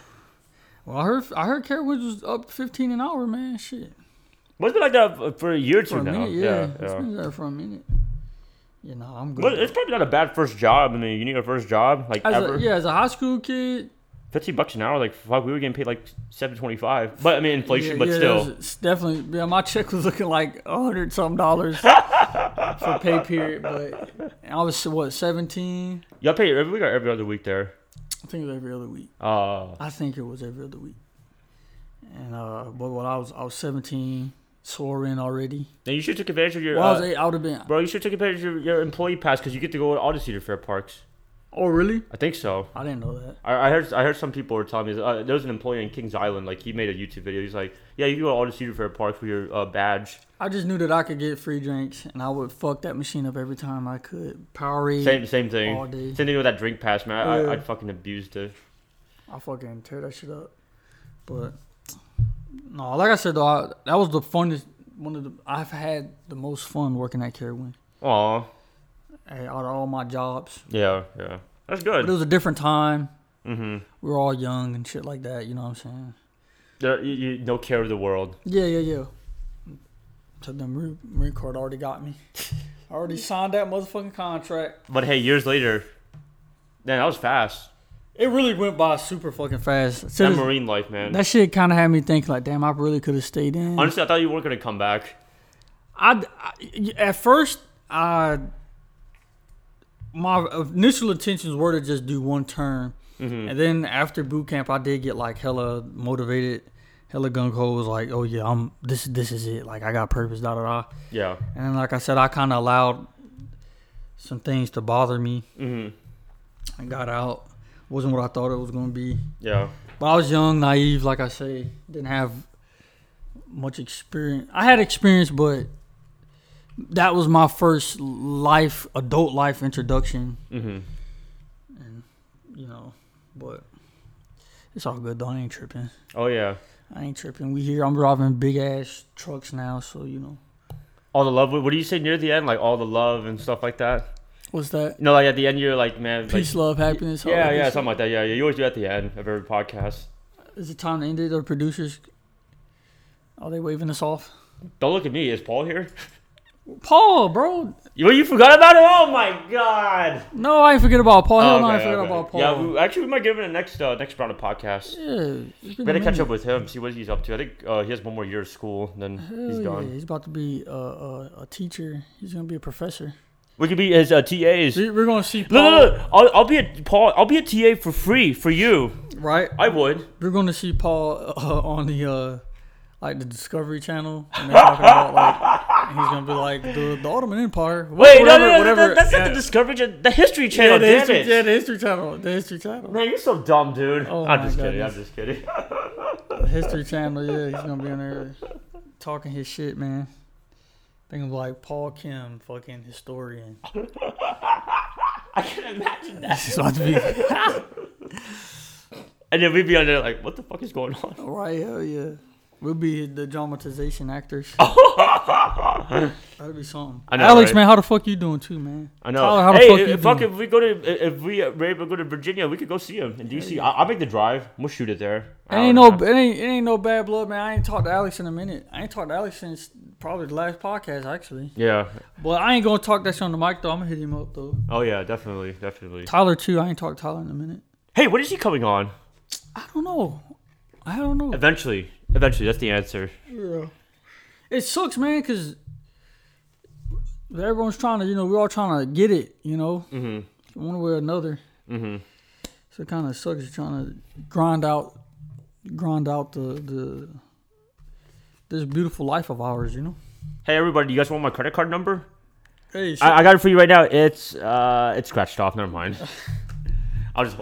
[SPEAKER 2] well, I heard I heard Carowinds was up fifteen an hour, man. Shit.
[SPEAKER 1] Well, it's been like that f- for a year or two
[SPEAKER 2] For a
[SPEAKER 1] now.
[SPEAKER 2] minute, yeah.
[SPEAKER 1] yeah,
[SPEAKER 2] It's
[SPEAKER 1] yeah.
[SPEAKER 2] been there for a minute. You know, I'm good.
[SPEAKER 1] But it's probably not a bad first job. I mean, you need a first job like
[SPEAKER 2] as
[SPEAKER 1] ever.
[SPEAKER 2] a, yeah, as a high school kid,
[SPEAKER 1] Fifty bucks an hour, like fuck, we were getting paid like seven twenty-five. But I mean, inflation, but
[SPEAKER 2] that
[SPEAKER 1] still.
[SPEAKER 2] was- it's definitely. Yeah, my check was looking like a hundred some dollars for pay period, but I was what seventeen.
[SPEAKER 1] Y'all pay every week or every other week there.
[SPEAKER 2] I think it was every other week.
[SPEAKER 1] Uh,
[SPEAKER 2] I think it was every other week. And uh, but when I was I was seventeen, soaring already.
[SPEAKER 1] and you should take advantage of your.
[SPEAKER 2] Well, I was
[SPEAKER 1] uh,
[SPEAKER 2] eight. I would have been.
[SPEAKER 1] Bro, you should take advantage of your, your employee pass because you get to go to Odyssey to Fair Parks.
[SPEAKER 2] Oh really?
[SPEAKER 1] I think so.
[SPEAKER 2] I didn't know that.
[SPEAKER 1] I, I heard I heard some people were telling me uh, there was an employee in Kings Island. Like he made a YouTube video. He's like, yeah, you can go to Odyssey to Fair Parks with your uh, badge.
[SPEAKER 2] I just knew that I could get free drinks, and I would fuck that machine up every time I could. Powerade.
[SPEAKER 1] Same same thing.
[SPEAKER 2] All day.
[SPEAKER 1] Same thing with that drink pass, man. I,
[SPEAKER 2] Yeah.
[SPEAKER 1] I, I fucking abused it.
[SPEAKER 2] I fucking tear that shit up. But no, like I said though, I, that was the funnest one of the I've had the most fun working at Carowin.
[SPEAKER 1] Aw,
[SPEAKER 2] Hey, out of all my jobs,
[SPEAKER 1] yeah, yeah, that's
[SPEAKER 2] but it
[SPEAKER 1] good.
[SPEAKER 2] was a different time.
[SPEAKER 1] Mm-hmm.
[SPEAKER 2] We were all young and shit like that. You know what I'm saying?
[SPEAKER 1] There, you, you, no care of the world.
[SPEAKER 2] Yeah, yeah, yeah. So the Marine, Marine Corps already got me. I already signed that motherfucking contract.
[SPEAKER 1] But hey, years later, man, that was fast.
[SPEAKER 2] It really went by super fucking fast. To
[SPEAKER 1] That
[SPEAKER 2] this-
[SPEAKER 1] marine life, man.
[SPEAKER 2] that shit kind of had me thinking like, damn, I really could have stayed in.
[SPEAKER 1] Honestly, I thought you weren't gonna come back.
[SPEAKER 2] I, I- at first I my initial intentions were to just do one term, and then after boot camp, I did get like hella motivated, hella gung ho was like, oh yeah, I'm this this is it, like I got purpose, da da da.
[SPEAKER 1] Yeah.
[SPEAKER 2] And then like I said, I kind of allowed some things to bother me.
[SPEAKER 1] Mm-hmm.
[SPEAKER 2] I got out, wasn't what I thought it was gonna be.
[SPEAKER 1] Yeah.
[SPEAKER 2] But I was young, naive, like I say, didn't have much experience. I had experience, but that was my first life, adult life introduction,
[SPEAKER 1] Mm-hmm.
[SPEAKER 2] you know. But it's all good though. I ain't tripping.
[SPEAKER 1] Oh yeah.
[SPEAKER 2] I ain't tripping. We here. I'm driving big ass trucks now, so you know.
[SPEAKER 1] All the love. What do you say near the end? Like all the love and stuff like that.
[SPEAKER 2] What's that?
[SPEAKER 1] No, like at the end, you're like, man, like,
[SPEAKER 2] Peace, love, happiness. all
[SPEAKER 1] yeah,
[SPEAKER 2] that
[SPEAKER 1] yeah,
[SPEAKER 2] good
[SPEAKER 1] something like that. Yeah, yeah. You always do at the end of every podcast.
[SPEAKER 2] shit. Is it time to end it? Or producers? Are they waving us off?
[SPEAKER 1] Don't look at me. Is Paul here?
[SPEAKER 2] Paul, bro.
[SPEAKER 1] You, you forgot about it? Oh my god!
[SPEAKER 2] No, I ain't forget about Paul. Hell Oh, no, I
[SPEAKER 1] Oh, okay,
[SPEAKER 2] ain't forget
[SPEAKER 1] okay.
[SPEAKER 2] about Paul.
[SPEAKER 1] Yeah, we, actually, we might give him the next uh, next round of podcasts.
[SPEAKER 2] Yeah, it's been
[SPEAKER 1] We
[SPEAKER 2] a
[SPEAKER 1] gotta catch
[SPEAKER 2] minute.
[SPEAKER 1] up with him, see what he's up to. I think uh, he has one more year of school, then he's
[SPEAKER 2] Hell
[SPEAKER 1] done.
[SPEAKER 2] Oh, Yeah. He's about to be a, a, a teacher. He's gonna be a professor.
[SPEAKER 1] We could be his uh, TAs. Look,
[SPEAKER 2] We're gonna see.
[SPEAKER 1] look, look! I'll, I'll be a Paul. I'll be a TA for free for you.
[SPEAKER 2] right?
[SPEAKER 1] I would.
[SPEAKER 2] We're gonna see Paul uh, on the uh, like the Discovery Channel, and they're talking about like and he's gonna be like the, the Ottoman Empire. wha-
[SPEAKER 1] Wait, no,
[SPEAKER 2] whatever,
[SPEAKER 1] no, no,
[SPEAKER 2] whatever.
[SPEAKER 1] that- that's not
[SPEAKER 2] Yeah.
[SPEAKER 1] the Discovery Channel. The History
[SPEAKER 2] yeah,
[SPEAKER 1] Channel,
[SPEAKER 2] the
[SPEAKER 1] damn
[SPEAKER 2] history,
[SPEAKER 1] it.
[SPEAKER 2] yeah, the History Channel, the History Channel,
[SPEAKER 1] Man, you're so dumb, dude.
[SPEAKER 2] Oh
[SPEAKER 1] I'm
[SPEAKER 2] my
[SPEAKER 1] just kidding. I'm
[SPEAKER 2] goodness.
[SPEAKER 1] just kidding.
[SPEAKER 2] The History Channel. Yeah, he's gonna be on there talking his shit, man. Think of like Paul Kim, fucking historian.
[SPEAKER 1] I can imagine that.
[SPEAKER 2] This is about to be
[SPEAKER 1] And then we'd be on there like, what the fuck is going on?
[SPEAKER 2] right. Hell yeah, we'll be the dramatization actors. That'd be
[SPEAKER 1] Oh.
[SPEAKER 2] something.
[SPEAKER 1] I know,
[SPEAKER 2] Alex,
[SPEAKER 1] right?
[SPEAKER 2] man, how the fuck you doing too, man?
[SPEAKER 1] I know.
[SPEAKER 2] Tyler, how the
[SPEAKER 1] hey,
[SPEAKER 2] fuck
[SPEAKER 1] if,
[SPEAKER 2] you
[SPEAKER 1] if, fuck,
[SPEAKER 2] doing?
[SPEAKER 1] if we go to if we are able to go to Virginia, we could go see him in DC. I, I'll make the drive. We'll shoot it there.
[SPEAKER 2] It ain't no, it ain't, it ain't no bad blood, man. I ain't talked to Alex in a minute. I ain't talked to Alex since probably the last podcast, actually.
[SPEAKER 1] Yeah.
[SPEAKER 2] But I ain't gonna talk that shit on the mic though. I'm gonna hit him up though.
[SPEAKER 1] Oh yeah. Definitely. Definitely.
[SPEAKER 2] Tyler too. I ain't talked to Tyler in a minute.
[SPEAKER 1] Hey, when is he coming on?
[SPEAKER 2] I don't know. I don't know.
[SPEAKER 1] Eventually. Eventually. That's the answer.
[SPEAKER 2] Yeah. It sucks, man, because everyone's trying to, you know, we're all trying to get it, you know,
[SPEAKER 1] Mhm.
[SPEAKER 2] one way or another. Mm-hmm.
[SPEAKER 1] Mhm.
[SPEAKER 2] So it kind of sucks. You're trying to grind out, grind out the the this beautiful life of ours, you know.
[SPEAKER 1] Hey everybody, you guys want my credit card number?
[SPEAKER 2] Hey, shit.
[SPEAKER 1] I, I got it for you right now. It's uh, it's scratched off. Never mind. I'll just.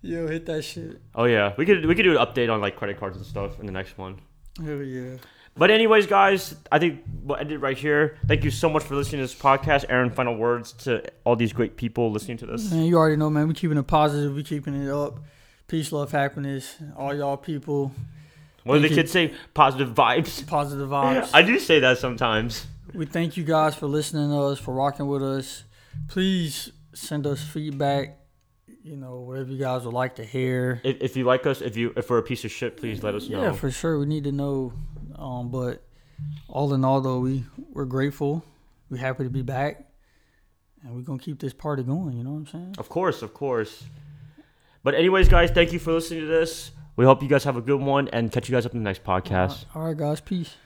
[SPEAKER 2] yo, hit that shit.
[SPEAKER 1] Oh yeah, we could we could do an update on like credit cards and stuff in the next one.
[SPEAKER 2] Hell yeah.
[SPEAKER 1] But anyways, guys, I think we'll end it right here. Thank you so much for listening to this podcast. Aaron, final words to all these great people listening to this.
[SPEAKER 2] Man, you already know, man. We keeping it positive. We keeping it up. Peace, love, happiness. All y'all people,
[SPEAKER 1] What do the
[SPEAKER 2] Thank you.
[SPEAKER 1] kids say? Positive vibes.
[SPEAKER 2] positive vibes.
[SPEAKER 1] I do say that sometimes.
[SPEAKER 2] We thank you guys for listening to us, for rocking with us. Please send us feedback. You know, whatever you guys would like to hear.
[SPEAKER 1] If, if you like us, if you if we're a piece of shit, please let us know.
[SPEAKER 2] Yeah, for sure. We need to know. Um, but all in all, though, we we're grateful. We're happy to be back, and we're gonna keep this party going. You know what I'm saying?
[SPEAKER 1] Of course, of course. But anyways, guys, thank you for listening to this. We hope you guys have a good one and catch you guys up in the next podcast.
[SPEAKER 2] All right, guys. Peace.